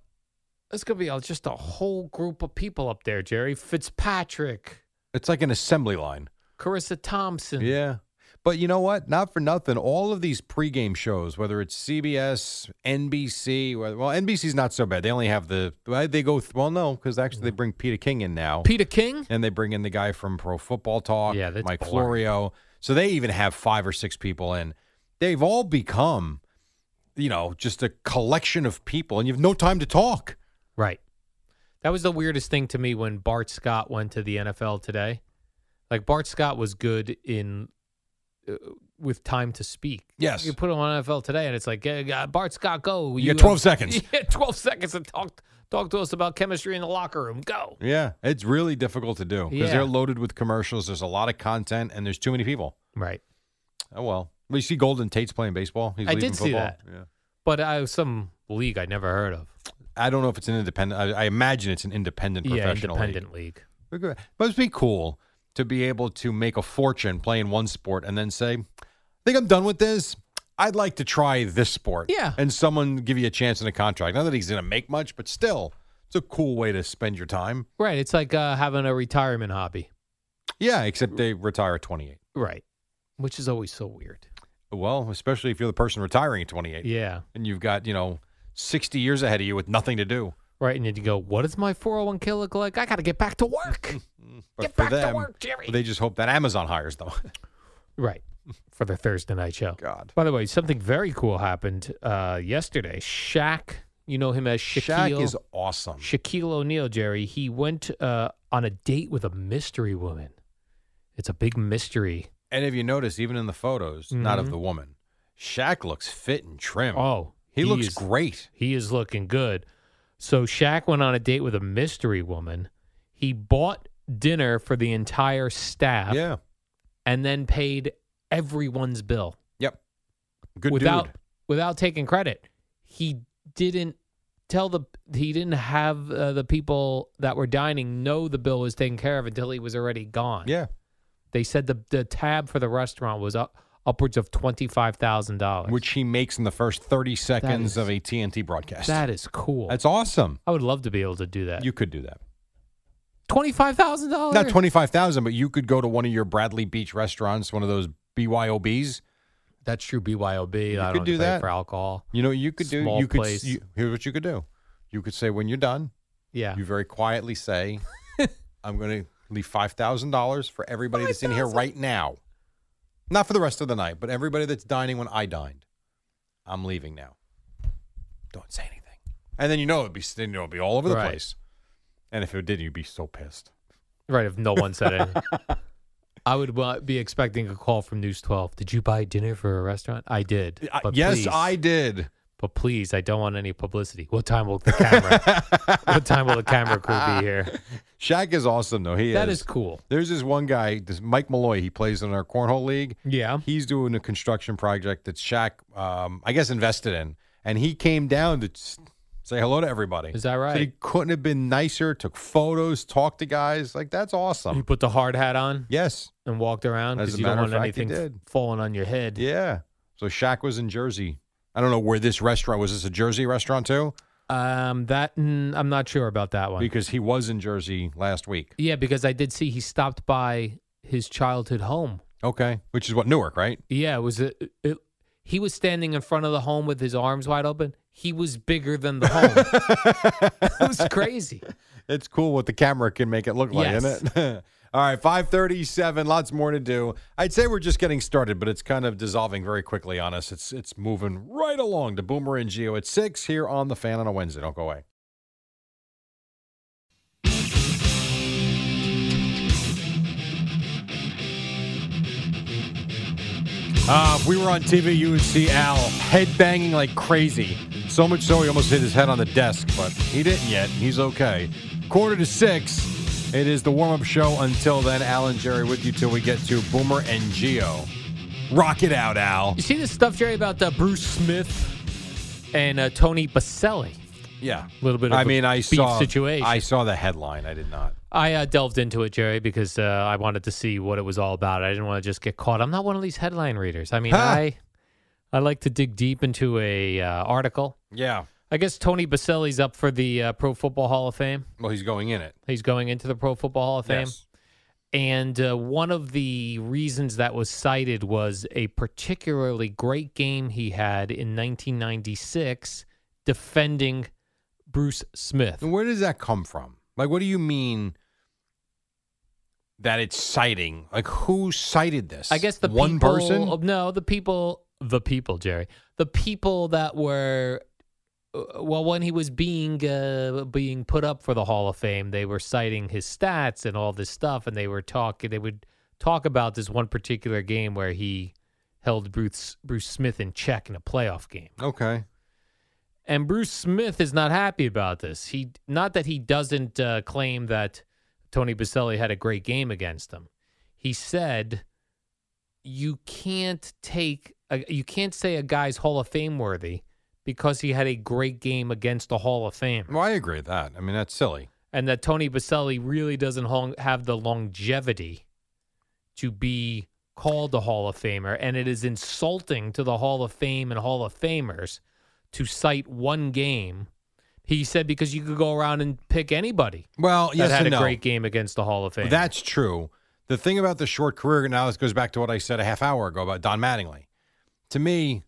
[SPEAKER 2] It's going to be a- just a whole group of people up there, Jerry Fitzpatrick,
[SPEAKER 1] It's like an assembly line.
[SPEAKER 2] Carissa Thompson.
[SPEAKER 1] Yeah. But you know what? Not for nothing. All of these pregame shows, whether it's CBS, NBC, whether- well, NBC's not so bad. They only have the well, they go th- well, no, because actually
[SPEAKER 2] Mm-hmm.
[SPEAKER 1] they bring Peter King in now,
[SPEAKER 2] Peter King.
[SPEAKER 1] and they bring in the guy from Pro Football Talk,
[SPEAKER 2] Yeah, that's
[SPEAKER 1] Mike
[SPEAKER 2] boring.
[SPEAKER 1] Florio. So they even have five or six people in. They've all become, you know, just a collection of people, and you have no time to talk.
[SPEAKER 2] Right. That was the weirdest thing to me when Bart Scott went to the NFL today. Like Bart Scott was good in uh, with time to speak.
[SPEAKER 1] Yes.
[SPEAKER 2] You put him on NFL today, and it's like uh, Bart Scott, go.
[SPEAKER 1] You got 12
[SPEAKER 2] have-
[SPEAKER 1] seconds.
[SPEAKER 2] [LAUGHS] Yeah, twelve seconds and talk talk to us about chemistry in the locker room. Go.
[SPEAKER 1] Yeah, it's really difficult to do because
[SPEAKER 2] Yeah.
[SPEAKER 1] they're loaded with commercials. There's a lot of content, and there's too many people.
[SPEAKER 2] Right.
[SPEAKER 1] Oh well. Well, you see Golden Tate's playing baseball. He's
[SPEAKER 2] I
[SPEAKER 1] leaving
[SPEAKER 2] did see
[SPEAKER 1] football.
[SPEAKER 2] that.
[SPEAKER 1] Yeah.
[SPEAKER 2] But I was some league I never heard of.
[SPEAKER 1] I don't know if it's an independent. I, I imagine it's an independent
[SPEAKER 2] Yeah,
[SPEAKER 1] professional.
[SPEAKER 2] independent league.
[SPEAKER 1] league. But it'd be cool to be able to make a fortune playing one sport and then say, "I think I'm done with this. I'd like to try this sport."
[SPEAKER 2] Yeah.
[SPEAKER 1] And someone give you a chance in a contract. Not that he's going to make much, but still, it's a cool way to spend your time.
[SPEAKER 2] Right. It's like uh, having a retirement hobby.
[SPEAKER 1] Yeah. Except they retire at 28.
[SPEAKER 2] Right. Which is always so weird.
[SPEAKER 1] Well, especially if you're the person retiring at 28
[SPEAKER 2] Yeah.
[SPEAKER 1] and you've got you know 60 years ahead of you with nothing to do.
[SPEAKER 2] Right. And then you go, what does my 401k look like? I got to get back to
[SPEAKER 1] [LAUGHS]
[SPEAKER 2] work.
[SPEAKER 1] But
[SPEAKER 2] Get
[SPEAKER 1] for
[SPEAKER 2] back to
[SPEAKER 1] them,
[SPEAKER 2] work, Jerry.
[SPEAKER 1] They just hope that Amazon hires them. [LAUGHS]
[SPEAKER 2] Right. For the Thursday night show.
[SPEAKER 1] God.
[SPEAKER 2] By the way, something very cool happened uh, yesterday. Shaq, you know him as Shaquille.
[SPEAKER 1] Shaq is awesome.
[SPEAKER 2] Shaquille O'Neal, Jerry. He went uh, on a date with a mystery woman. It's a big mystery.
[SPEAKER 1] And if you notice, even in the photos, not of
[SPEAKER 2] Mhm.
[SPEAKER 1] the woman, Shaq looks fit and trim.
[SPEAKER 2] Oh,
[SPEAKER 1] he, looks
[SPEAKER 2] is-
[SPEAKER 1] great.
[SPEAKER 2] He is looking good. So Shaq went on a date with a mystery woman. He bought dinner for the entire staff
[SPEAKER 1] Yeah.
[SPEAKER 2] and then paid everyone's bill.
[SPEAKER 1] Yep. Good
[SPEAKER 2] without
[SPEAKER 1] dude.
[SPEAKER 2] without taking credit. He didn't tell the he didn't have uh, the people that were dining know the bill was taken care of until he was already gone.
[SPEAKER 1] Yeah.
[SPEAKER 2] They said the the tab for the restaurant was up, upwards of $25,000.
[SPEAKER 1] Which he makes in the first 30 seconds
[SPEAKER 2] is-
[SPEAKER 1] of a TNT broadcast.
[SPEAKER 2] that is cool.
[SPEAKER 1] That's awesome.
[SPEAKER 2] I would love to be able to do that. Oh,
[SPEAKER 1] You could do that.
[SPEAKER 2] $25,000?
[SPEAKER 1] Not 25,000, but you could go to one of your Bradley Beach restaurants, one of those BYOBs.
[SPEAKER 2] That's true. BYOB.
[SPEAKER 1] You
[SPEAKER 2] I
[SPEAKER 1] could
[SPEAKER 2] don't have to
[SPEAKER 1] do
[SPEAKER 2] pay
[SPEAKER 1] that.
[SPEAKER 2] for alcohol.
[SPEAKER 1] You know, you could do
[SPEAKER 2] Small
[SPEAKER 1] you could
[SPEAKER 2] place.
[SPEAKER 1] you, here's what you could do. You could say when you're done,
[SPEAKER 2] Yeah.
[SPEAKER 1] you very
[SPEAKER 2] [LAUGHS]
[SPEAKER 1] quietly say, I'm going to leave $5,000 for everybody that's in here right now. Not for the rest of the night, but everybody that's dining when I dined. I'm leaving now. Don't say anything. And then you know it'd be you know, it'd be all over the
[SPEAKER 2] Right.
[SPEAKER 1] place. And if it did, you'd be so pissed.
[SPEAKER 2] Right. If no one said anything. [LAUGHS] I would wa- be expecting a call from News 12. Did you buy dinner for a restaurant? I did.
[SPEAKER 1] I-
[SPEAKER 2] but
[SPEAKER 1] Uh, yes,
[SPEAKER 2] please-
[SPEAKER 1] I did.
[SPEAKER 2] But please, I don't want any publicity. What time will the
[SPEAKER 1] [LAUGHS]
[SPEAKER 2] camera? what time will the camera crew be here?
[SPEAKER 1] Shaq is awesome though. He
[SPEAKER 2] That is cool.
[SPEAKER 1] There's this one guy, this Mike Malloy. He plays in our cornhole league.
[SPEAKER 2] Yeah.
[SPEAKER 1] He's doing a construction project that Shaq, um, I guess, invested in, and he came down to s- say hello to everybody.
[SPEAKER 2] Is that
[SPEAKER 1] Said he
[SPEAKER 2] right?
[SPEAKER 1] couldn't have been nicer. Took photos, talked to guys. Like that's
[SPEAKER 2] You
[SPEAKER 1] awesome.
[SPEAKER 2] put the hard hat on
[SPEAKER 1] Yes.
[SPEAKER 2] and walked around
[SPEAKER 1] As
[SPEAKER 2] because
[SPEAKER 1] a
[SPEAKER 2] you don't
[SPEAKER 1] matter of
[SPEAKER 2] want
[SPEAKER 1] fact, he
[SPEAKER 2] anything f-
[SPEAKER 1] did.
[SPEAKER 2] falling on your head.
[SPEAKER 1] Yeah. So Shaq was in Jersey. I don't know where this restaurant was. This a Jersey restaurant too?
[SPEAKER 2] Um, that mm, I'm not sure about that one.
[SPEAKER 1] Because he was in Jersey last week.
[SPEAKER 2] yeah, because I did see he stopped by his childhood home.
[SPEAKER 1] Okay, which is what Newark, right?
[SPEAKER 2] Yeah, it was a, it, he was standing in front of the home with his arms wide open. He was bigger than the home.
[SPEAKER 1] [LAUGHS]
[SPEAKER 2] it was crazy.
[SPEAKER 1] It's cool what the camera can make it look like, isn't it? [LAUGHS] All right, 537, lots more to do. I'd say we're just getting started, but it's kind of dissolving very quickly on us. It's it's moving right along to Boomer and Geo at 6 here on The Fan on a Wednesday. Don't go away. Uh, if we were on TV, you would see Al head banging like crazy. So much so he almost hit his head on the desk, but he didn't yet. He's okay. Quarter to six. It is the warm up show. Until then, Al and Jerry with you till we get to Boomer and Geo. Rock it out, Al.
[SPEAKER 2] You see this stuff, Jerry, about uh, Bruce Smith and uh, Tony Baselli.
[SPEAKER 1] Yeah,
[SPEAKER 2] a little bit. Of
[SPEAKER 1] I
[SPEAKER 2] a
[SPEAKER 1] mean, I
[SPEAKER 2] beef
[SPEAKER 1] saw
[SPEAKER 2] situation.
[SPEAKER 1] I saw the headline. I did not.
[SPEAKER 2] I uh, delved into it, Jerry, because uh, I wanted to see what it was all about. I didn't want to just get caught. I'm not one of these headline readers. I mean,
[SPEAKER 1] Huh.
[SPEAKER 2] I I like to dig deep into a uh, article.
[SPEAKER 1] Yeah.
[SPEAKER 2] I guess Tony Baselli's up for the uh, Pro Football Hall of Fame.
[SPEAKER 1] Well, he's going in it.
[SPEAKER 2] He's going into the Pro Football Hall of Fame. And uh, one of the reasons that was cited was a particularly great game he had in 1996 defending Bruce Smith.
[SPEAKER 1] And where does that come from? Like, what do you mean that it's citing? Like, who cited this?
[SPEAKER 2] I guess the
[SPEAKER 1] one
[SPEAKER 2] people,
[SPEAKER 1] person.
[SPEAKER 2] No, the people, the people, Jerry, the people that were. uh, Well, when he was being uh, being put up for the Hall of Fame, they were citing his stats and all this stuff, and they were talking. They would talk about this one particular game where he held Bruce Bruce Smith in check in a playoff game.
[SPEAKER 1] Okay.
[SPEAKER 2] And Bruce Smith is not happy about this. He not that he doesn't uh, claim that Tony Baselli had a great game against him. He said, "You can't take a, you can't say a guy's Hall of Fame worthy because he had a great game against the Hall of Fame."
[SPEAKER 1] Well, I agree with that. I mean, that's silly.
[SPEAKER 2] and that Tony Baselli really doesn't hon- have the longevity to be called a Hall of Famer, and it is insulting to the Hall of Fame and Hall of Famers to cite one game. He said because you could go around and pick anybody.
[SPEAKER 1] Well,
[SPEAKER 2] that
[SPEAKER 1] yes
[SPEAKER 2] had
[SPEAKER 1] and
[SPEAKER 2] a
[SPEAKER 1] no.
[SPEAKER 2] great game against the Hall of Fame.
[SPEAKER 1] That's true. The thing about the short career now, this goes back to what I said a half hour ago about Don Mattingly. To me,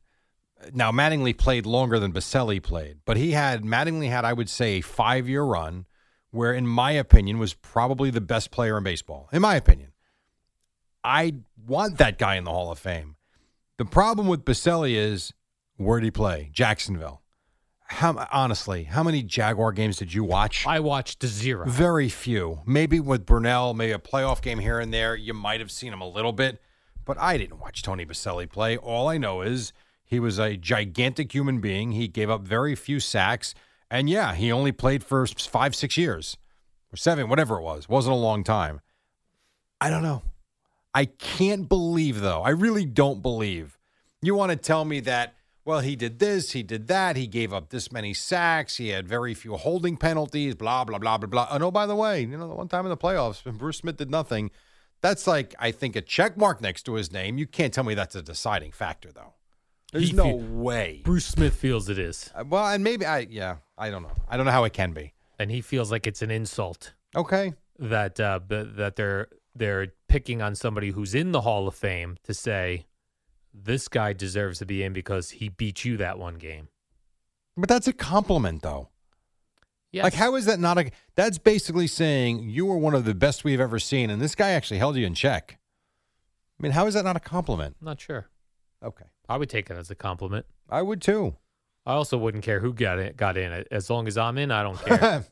[SPEAKER 1] now Mattingly played longer than Baselli played, but he had Mattingly had, I would say, a five year run where, in my opinion, was probably the best player in baseball. In my opinion, I want that guy in the Hall of Fame. The problem with Baselli is where would he play? Jacksonville. How honestly, how many Jaguar games did you watch?
[SPEAKER 2] I watched zero.
[SPEAKER 1] Very few. Maybe with Brunell, maybe a playoff game here and there, you might have seen him a little bit. But I didn't watch Tony Baselli play. All I know is he was a gigantic human being. He gave up very few sacks. And yeah, he only played for s- five, six years or seven, whatever it was. Wasn't a long time. I don't know. I can't believe, though. I really don't believe. You want to tell me that, well, he did this, he did that, he gave up this many sacks, he had very few holding penalties, blah, blah, blah, blah, blah. And oh, by the way, you know, the one time in the playoffs when Bruce Smith did nothing, that's like, I think, a check mark next to his name. You can't tell me that's a deciding factor, though. There's
[SPEAKER 2] He
[SPEAKER 1] no
[SPEAKER 2] fe-
[SPEAKER 1] way.
[SPEAKER 2] Bruce Smith feels it is,
[SPEAKER 1] Uh, Well, and maybe I, yeah, I don't know. I don't know how it can be.
[SPEAKER 2] and he feels like it's an insult
[SPEAKER 1] Okay.
[SPEAKER 2] that uh, b- that they're they're picking on somebody who's in the Hall of Fame to say this guy deserves to be in because he beat you that one game.
[SPEAKER 1] But that's a compliment, though.
[SPEAKER 2] Yes.
[SPEAKER 1] Like, how is that not a? That's basically saying you were one of the best we've ever seen, and this guy actually held you in check. I mean, how is that not a compliment?
[SPEAKER 2] I'm not sure.
[SPEAKER 1] Okay,
[SPEAKER 2] I would take it as a compliment.
[SPEAKER 1] I would too.
[SPEAKER 2] I also wouldn't care who got it, got in it. As long as I'm in, I don't
[SPEAKER 1] [LAUGHS]
[SPEAKER 2] care.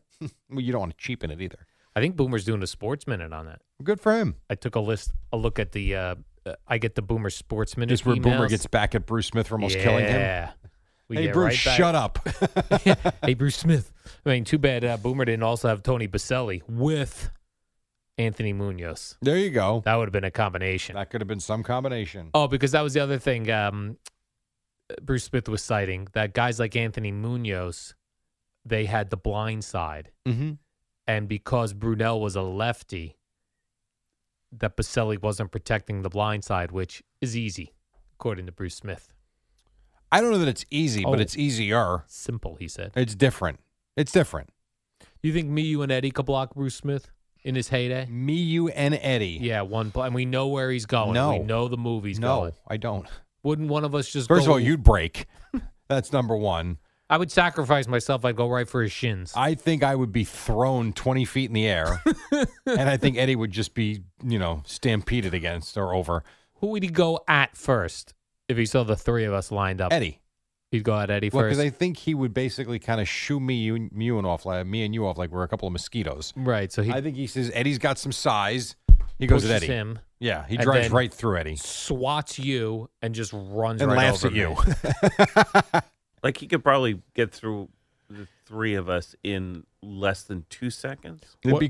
[SPEAKER 1] well, you don't want to cheapen it either.
[SPEAKER 2] I think Boomer's doing a sports minute on that.
[SPEAKER 1] Good for him.
[SPEAKER 2] I took a list, a look at the. Uh, uh, I get the Boomer sports minute.
[SPEAKER 1] Just where Boomer
[SPEAKER 2] emails.
[SPEAKER 1] gets back at Bruce Smith for almost
[SPEAKER 2] yeah.
[SPEAKER 1] killing him.
[SPEAKER 2] We
[SPEAKER 1] hey,
[SPEAKER 2] get right
[SPEAKER 1] Bruce,
[SPEAKER 2] back-
[SPEAKER 1] shut
[SPEAKER 2] [LAUGHS]
[SPEAKER 1] up. [LAUGHS]
[SPEAKER 2] hey, Bruce Smith. I mean, too bad uh, Boomer didn't also have Tony Baselli with Anthony Munoz.
[SPEAKER 1] there you go.
[SPEAKER 2] That would have been a combination.
[SPEAKER 1] That could have been some combination.
[SPEAKER 2] Oh, because that was the other thing um, Bruce Smith was citing that guys like Anthony Munoz, they had the blind side.
[SPEAKER 1] Mm-hmm.
[SPEAKER 2] And because Brunel was a lefty, that Baselli wasn't protecting the blind side, which is easy, according to Bruce Smith.
[SPEAKER 1] I don't know that it's easy, but
[SPEAKER 2] Oh.
[SPEAKER 1] it's easier.
[SPEAKER 2] Simple, he said.
[SPEAKER 1] It's different. It's different.
[SPEAKER 2] You think me, you, and Eddie could block Bruce Smith in his heyday?
[SPEAKER 1] Me, you, and Eddie.
[SPEAKER 2] Eh. Yeah, one play. And we know where he's going.
[SPEAKER 1] No.
[SPEAKER 2] We know the movie's
[SPEAKER 1] no,
[SPEAKER 2] going.
[SPEAKER 1] I don't.
[SPEAKER 2] Wouldn't one of us just
[SPEAKER 1] First
[SPEAKER 2] go-
[SPEAKER 1] of all,
[SPEAKER 2] [LAUGHS]
[SPEAKER 1] you'd break. That's number one.
[SPEAKER 2] I would sacrifice myself. I'd go right for his shins.
[SPEAKER 1] I think I would be thrown 20 feet in
[SPEAKER 2] [LAUGHS]
[SPEAKER 1] the air. and I think Eddie would just be, you know, stampeded against or over.
[SPEAKER 2] Who would he go at first if he saw the three of us lined up?
[SPEAKER 1] Eddie.
[SPEAKER 2] He'd go at Eddie
[SPEAKER 1] Well,
[SPEAKER 2] first.
[SPEAKER 1] because I think he would basically kind of shoo me, you, you and off, like, me and you off like we're a couple of mosquitoes.
[SPEAKER 2] right. So he.
[SPEAKER 1] I think he says Eddie's got some size. He goes at
[SPEAKER 2] pushes
[SPEAKER 1] Eddie.
[SPEAKER 2] Him,
[SPEAKER 1] Yeah, he
[SPEAKER 2] and
[SPEAKER 1] drives
[SPEAKER 2] then
[SPEAKER 1] right through Eddie.
[SPEAKER 2] Swats you and just runs
[SPEAKER 1] And
[SPEAKER 2] right
[SPEAKER 1] laughs
[SPEAKER 2] over
[SPEAKER 1] at you. [LAUGHS]
[SPEAKER 2] [LAUGHS] me.
[SPEAKER 6] Like he could probably get through the three of us in less than two seconds.
[SPEAKER 2] What-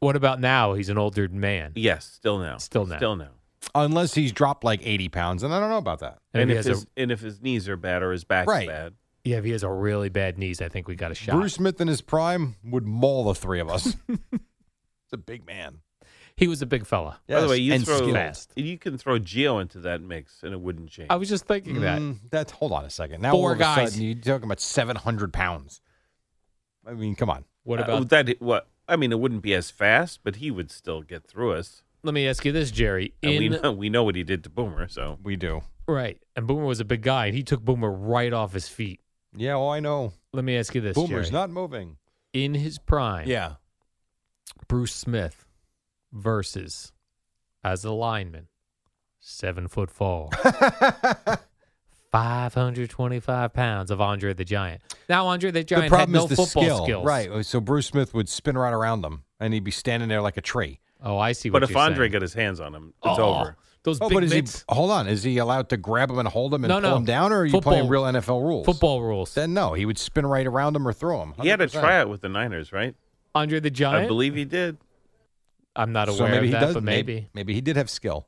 [SPEAKER 2] What about now? He's an older
[SPEAKER 1] [LAUGHS]
[SPEAKER 2] man.
[SPEAKER 6] Yes, still now.
[SPEAKER 2] Still now.
[SPEAKER 6] Still now.
[SPEAKER 1] Unless he's dropped like 80 pounds, and I don't know about that.
[SPEAKER 6] And, if his and if his knees are bad or his back's
[SPEAKER 1] Right.
[SPEAKER 6] bad,
[SPEAKER 2] Yeah, if he has a really bad knees, I think we got a shot.
[SPEAKER 1] Bruce Smith in his prime would maul the three of us.
[SPEAKER 2] [LAUGHS]
[SPEAKER 1] He's a big man.
[SPEAKER 2] He was a big fella.
[SPEAKER 6] By the way, you
[SPEAKER 1] and
[SPEAKER 6] throw
[SPEAKER 1] skilled.
[SPEAKER 6] you can throw Geo into that mix and it wouldn't change.
[SPEAKER 2] I was just thinking that.
[SPEAKER 1] Mm, that's hold on a second. Now
[SPEAKER 2] Four
[SPEAKER 1] all of a
[SPEAKER 2] guys.
[SPEAKER 1] sudden, you're talking about 700 pounds. I mean, come on.
[SPEAKER 2] What
[SPEAKER 6] Uh,
[SPEAKER 2] about
[SPEAKER 6] that? What I mean, it wouldn't be as fast, but he would still get through us.
[SPEAKER 2] Let me ask you this, Jerry.
[SPEAKER 6] And we
[SPEAKER 2] In-
[SPEAKER 6] know we know what he did to Boomer, so
[SPEAKER 1] we do.
[SPEAKER 2] Right. And Boomer was a big guy, and he took Boomer right off his feet.
[SPEAKER 1] Yeah, oh, I know.
[SPEAKER 2] Let me ask you this, Jerry.
[SPEAKER 1] Boomer's not moving.
[SPEAKER 2] In his prime, [LAUGHS]
[SPEAKER 1] Yeah.
[SPEAKER 2] Bruce Smith versus, as a lineman, seven foot
[SPEAKER 1] [LAUGHS]
[SPEAKER 2] four. 525 pounds of Andre the Giant. Now, Andre the Giant
[SPEAKER 1] the problem
[SPEAKER 2] had no
[SPEAKER 1] is the
[SPEAKER 2] football
[SPEAKER 1] skill,
[SPEAKER 2] skills.
[SPEAKER 1] right? oh, So Bruce Smith would spin right around them, and he'd be standing there like a tree.
[SPEAKER 2] Oh, I see
[SPEAKER 6] But if Andre got his hands on him, it's
[SPEAKER 2] Oh,
[SPEAKER 6] over.
[SPEAKER 2] Those
[SPEAKER 1] Oh,
[SPEAKER 2] big
[SPEAKER 1] but is
[SPEAKER 2] mitts.
[SPEAKER 1] he? Hold on, is he allowed to grab him and hold him and
[SPEAKER 2] No,
[SPEAKER 1] pull
[SPEAKER 2] no.
[SPEAKER 1] him down, or are you playing real
[SPEAKER 2] Football-
[SPEAKER 1] NFL rules?
[SPEAKER 2] Football rules.
[SPEAKER 1] Then no, he would spin right around him or throw him.
[SPEAKER 6] He had a
[SPEAKER 1] 100%.
[SPEAKER 6] tryout with the Niners, right?
[SPEAKER 2] Andre the Giant?
[SPEAKER 6] I believe he did.
[SPEAKER 2] I'm not aware
[SPEAKER 1] so maybe
[SPEAKER 2] of
[SPEAKER 1] he
[SPEAKER 2] that,
[SPEAKER 1] does,
[SPEAKER 2] but
[SPEAKER 1] maybe,
[SPEAKER 2] maybe.
[SPEAKER 1] maybe he did have skill.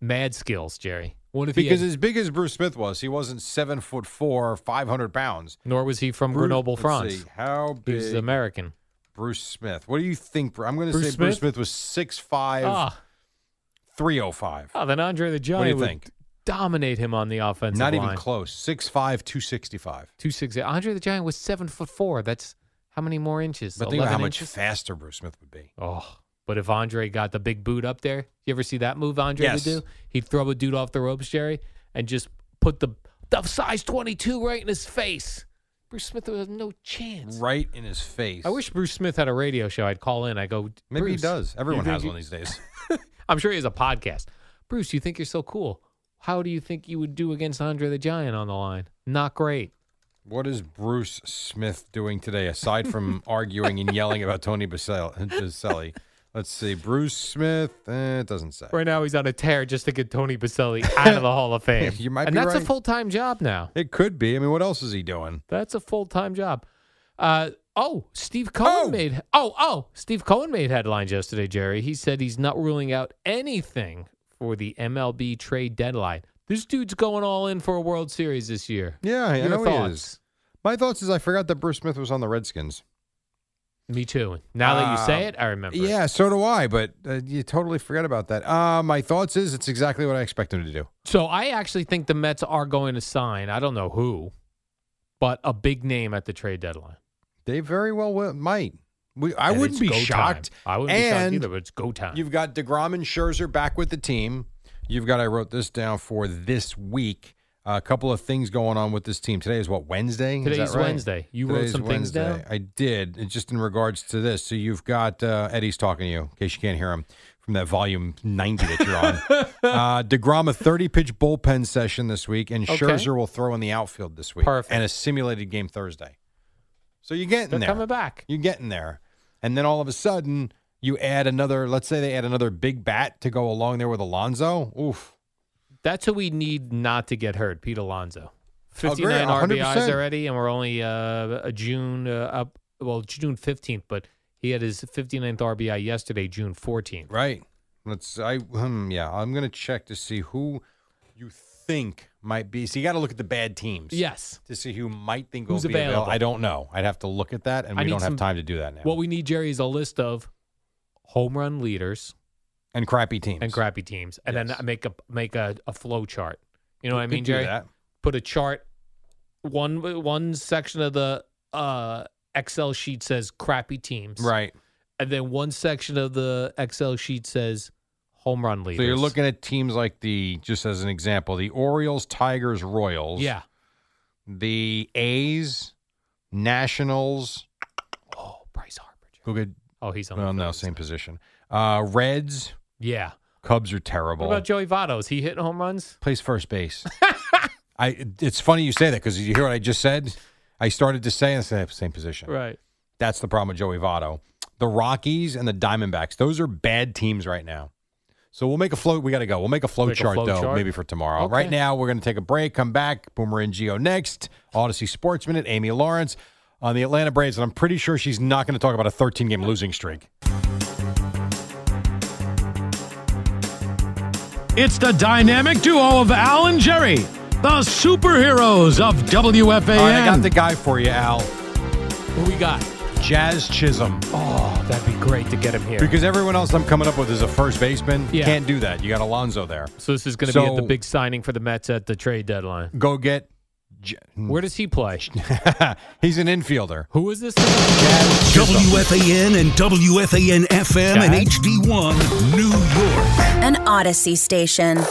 [SPEAKER 2] Mad skills, Jerry. What if he
[SPEAKER 1] Because
[SPEAKER 2] had-
[SPEAKER 1] as big as Bruce Smith was, he wasn't seven foot four, five hundred pounds.
[SPEAKER 2] Nor was he from
[SPEAKER 1] Bruce-
[SPEAKER 2] Grenoble,
[SPEAKER 1] let's
[SPEAKER 2] France.
[SPEAKER 1] see, how
[SPEAKER 2] He was
[SPEAKER 1] big-
[SPEAKER 2] American.
[SPEAKER 1] Bruce Smith. What do you think? Bru- I'm going to say
[SPEAKER 2] Bruce
[SPEAKER 1] Bruce
[SPEAKER 2] Smith?
[SPEAKER 1] Smith was six five,
[SPEAKER 2] Ah,
[SPEAKER 1] three oh five.
[SPEAKER 2] oh, then Andre the Giant would
[SPEAKER 1] think?
[SPEAKER 2] dominate him on the offensive
[SPEAKER 1] Not
[SPEAKER 2] line.
[SPEAKER 1] even close. Six five, two sixty five.
[SPEAKER 2] Two six eight. Andre the Giant was seven foot four. That's how many more inches?
[SPEAKER 1] But think about
[SPEAKER 2] 11
[SPEAKER 1] how much
[SPEAKER 2] inches?
[SPEAKER 1] faster Bruce Smith would be.
[SPEAKER 2] Oh, but if Andre got the big boot up there, you ever see that move Andre
[SPEAKER 1] Yes.
[SPEAKER 2] would do? He'd throw a dude off the ropes, Jerry, and just put the the size twenty two right in his face. Bruce Smith would have no chance.
[SPEAKER 1] Right in his face.
[SPEAKER 2] I wish Bruce Smith had a radio show. I'd call in. I go.
[SPEAKER 1] Maybe he
[SPEAKER 2] "Bruce,
[SPEAKER 1] does.
[SPEAKER 2] you
[SPEAKER 1] Everyone
[SPEAKER 2] think
[SPEAKER 1] has
[SPEAKER 2] you-
[SPEAKER 1] one these days. [LAUGHS]
[SPEAKER 2] I'm sure he has a podcast. Bruce, you think you're so cool. How do you think you would do against Andre the Giant on the line? Not great.
[SPEAKER 1] What is Bruce Smith doing today aside
[SPEAKER 2] [LAUGHS]
[SPEAKER 1] from arguing and yelling about Tony Baselli? Baselli? Let's see. Bruce Smith. Eh, it doesn't say.
[SPEAKER 2] Right now, he's on a tear just to get Tony
[SPEAKER 1] [LAUGHS]
[SPEAKER 2] Baselli out of the Hall of Fame.
[SPEAKER 1] You might
[SPEAKER 2] and
[SPEAKER 1] be
[SPEAKER 2] that's a
[SPEAKER 1] right.
[SPEAKER 2] full time job now.
[SPEAKER 1] It could be. I mean, what else is he doing?
[SPEAKER 2] That's a full time job. Uh, oh, Steve Cohen made oh oh Steve Cohen made headlines yesterday. Jerry, he said he's not ruling out anything for the MLB trade deadline. This dude's going all in for a World Series this year.
[SPEAKER 1] Yeah, I
[SPEAKER 2] Your
[SPEAKER 1] know
[SPEAKER 2] thoughts?
[SPEAKER 1] he is. My thoughts is I forgot that Bruce Smith was on the Redskins.
[SPEAKER 2] Me too. Now that you
[SPEAKER 1] Uh,
[SPEAKER 2] say it, I remember. it.
[SPEAKER 1] Yeah, so do I, but uh, you totally forgot about that. Uh, my thoughts is it's exactly what I expect him to do.
[SPEAKER 2] So I actually think the Mets are going to sign. I don't know who, but a big name at the trade deadline.
[SPEAKER 1] They very well will, might. We, I
[SPEAKER 2] And it's
[SPEAKER 1] wouldn't be
[SPEAKER 2] go time.
[SPEAKER 1] shocked.
[SPEAKER 2] I wouldn't be shocked
[SPEAKER 1] And
[SPEAKER 2] either, but uh, it's go time.
[SPEAKER 1] You've got DeGrom and Scherzer back with the team. You've got, I wrote this down for this week. a couple of things going on with this team. Today is what, Wednesday? Is that
[SPEAKER 2] Today's
[SPEAKER 1] right?
[SPEAKER 2] Wednesday. You wrote
[SPEAKER 1] Today's
[SPEAKER 2] some things
[SPEAKER 1] Wednesday.
[SPEAKER 2] down?
[SPEAKER 1] I did, It's just in regards to this. So you've got uh, Eddie's talking to you, in case you can't hear him from that volume 90 that
[SPEAKER 2] [LAUGHS]
[SPEAKER 1] you're on. uh, DeGrom, a 30 pitch bullpen session this week, and
[SPEAKER 2] Okay.
[SPEAKER 1] Scherzer will throw in the outfield this week.
[SPEAKER 2] Perfect.
[SPEAKER 1] And a simulated game Thursday. So you're getting
[SPEAKER 2] They're
[SPEAKER 1] there.
[SPEAKER 2] coming back.
[SPEAKER 1] You're getting there. And then all of a sudden, you add another, let's say they add another big bat to go along there with Alonzo. Oof.
[SPEAKER 2] That's who we need not to get hurt, Pete Alonso. 59
[SPEAKER 1] Agree, 100%.
[SPEAKER 2] RBIs already, and we're only uh, a June uh, up. Well, June 15th, but he had his 59th RBI yesterday, June 14th.
[SPEAKER 1] Right. Let's, I, hmm, yeah, I'm going to check to see who you think might be. So you got to look at the bad teams.
[SPEAKER 2] Yes.
[SPEAKER 1] To see who might think will
[SPEAKER 2] Who's
[SPEAKER 1] be available.
[SPEAKER 2] available.
[SPEAKER 1] I don't know. I'd have to look at that, and
[SPEAKER 2] I
[SPEAKER 1] we
[SPEAKER 2] need
[SPEAKER 1] don't
[SPEAKER 2] some-
[SPEAKER 1] have time to do that now.
[SPEAKER 2] What we need, Jerry, is a list of home run leaders
[SPEAKER 1] and crappy teams.
[SPEAKER 2] and crappy teams, and
[SPEAKER 1] Yes.
[SPEAKER 2] then make a make a, a flow chart. You know what I
[SPEAKER 1] Could
[SPEAKER 2] mean,
[SPEAKER 1] do
[SPEAKER 2] Jerry?
[SPEAKER 1] that.
[SPEAKER 2] Put a chart. One one section of the uh, Excel sheet says crappy teams,
[SPEAKER 1] Right.
[SPEAKER 2] And then one section of the Excel sheet says home run leaders.
[SPEAKER 1] So you're looking at teams like the, just as an example, the Orioles, Tigers, Royals.
[SPEAKER 2] yeah.
[SPEAKER 1] the A's, Nationals,
[SPEAKER 2] Oh, Bryce Harper. Jerry.
[SPEAKER 1] who could
[SPEAKER 2] Oh, he's on.
[SPEAKER 1] well
[SPEAKER 2] the
[SPEAKER 1] no
[SPEAKER 2] Phillies.
[SPEAKER 1] same position. Uh, Reds,
[SPEAKER 2] Yeah.
[SPEAKER 1] Cubs are
[SPEAKER 2] What
[SPEAKER 1] terrible.
[SPEAKER 2] about Joey Votto? Is he hitting home runs?
[SPEAKER 1] Plays first base. [LAUGHS] I it's funny you say that because you hear what I just said. I started to say and say same position.
[SPEAKER 2] Right.
[SPEAKER 1] That's the problem with Joey Votto. The Rockies and the Diamondbacks; those are bad teams right now. So we'll make a flow. We got to go. We'll make a flow
[SPEAKER 6] Make a
[SPEAKER 1] chart
[SPEAKER 6] flow
[SPEAKER 1] though,
[SPEAKER 6] chart?
[SPEAKER 1] maybe for tomorrow.
[SPEAKER 6] Okay.
[SPEAKER 1] Right now, we're going to take a break. Come back. Boomer and Geo next. Odyssey Sports Minute. Amy Lawrence on the Atlanta Braves, and I'm pretty sure she's not going to talk about a 13 game losing streak.
[SPEAKER 7] It's the dynamic duo of Al and Jerry, the superheroes of WFAN.
[SPEAKER 1] All right, I got the guy for you, Al.
[SPEAKER 2] Who we got?
[SPEAKER 1] Jazz Chisholm.
[SPEAKER 2] Oh, that'd be great to get him here.
[SPEAKER 1] Because everyone else I'm coming up with is a first baseman.
[SPEAKER 2] Yeah.
[SPEAKER 1] Can't do that. You got Alonzo there.
[SPEAKER 2] so this is going to be at the
[SPEAKER 1] So- Hmm.
[SPEAKER 2] big signing for the Mets at the trade deadline.
[SPEAKER 1] Go get.
[SPEAKER 2] Where does he play?
[SPEAKER 1] [LAUGHS] He's an infielder.
[SPEAKER 2] Who is this?
[SPEAKER 3] WFAN and WFAN FM and
[SPEAKER 8] Guys?
[SPEAKER 3] HD1 New York.
[SPEAKER 8] An Odyssey station.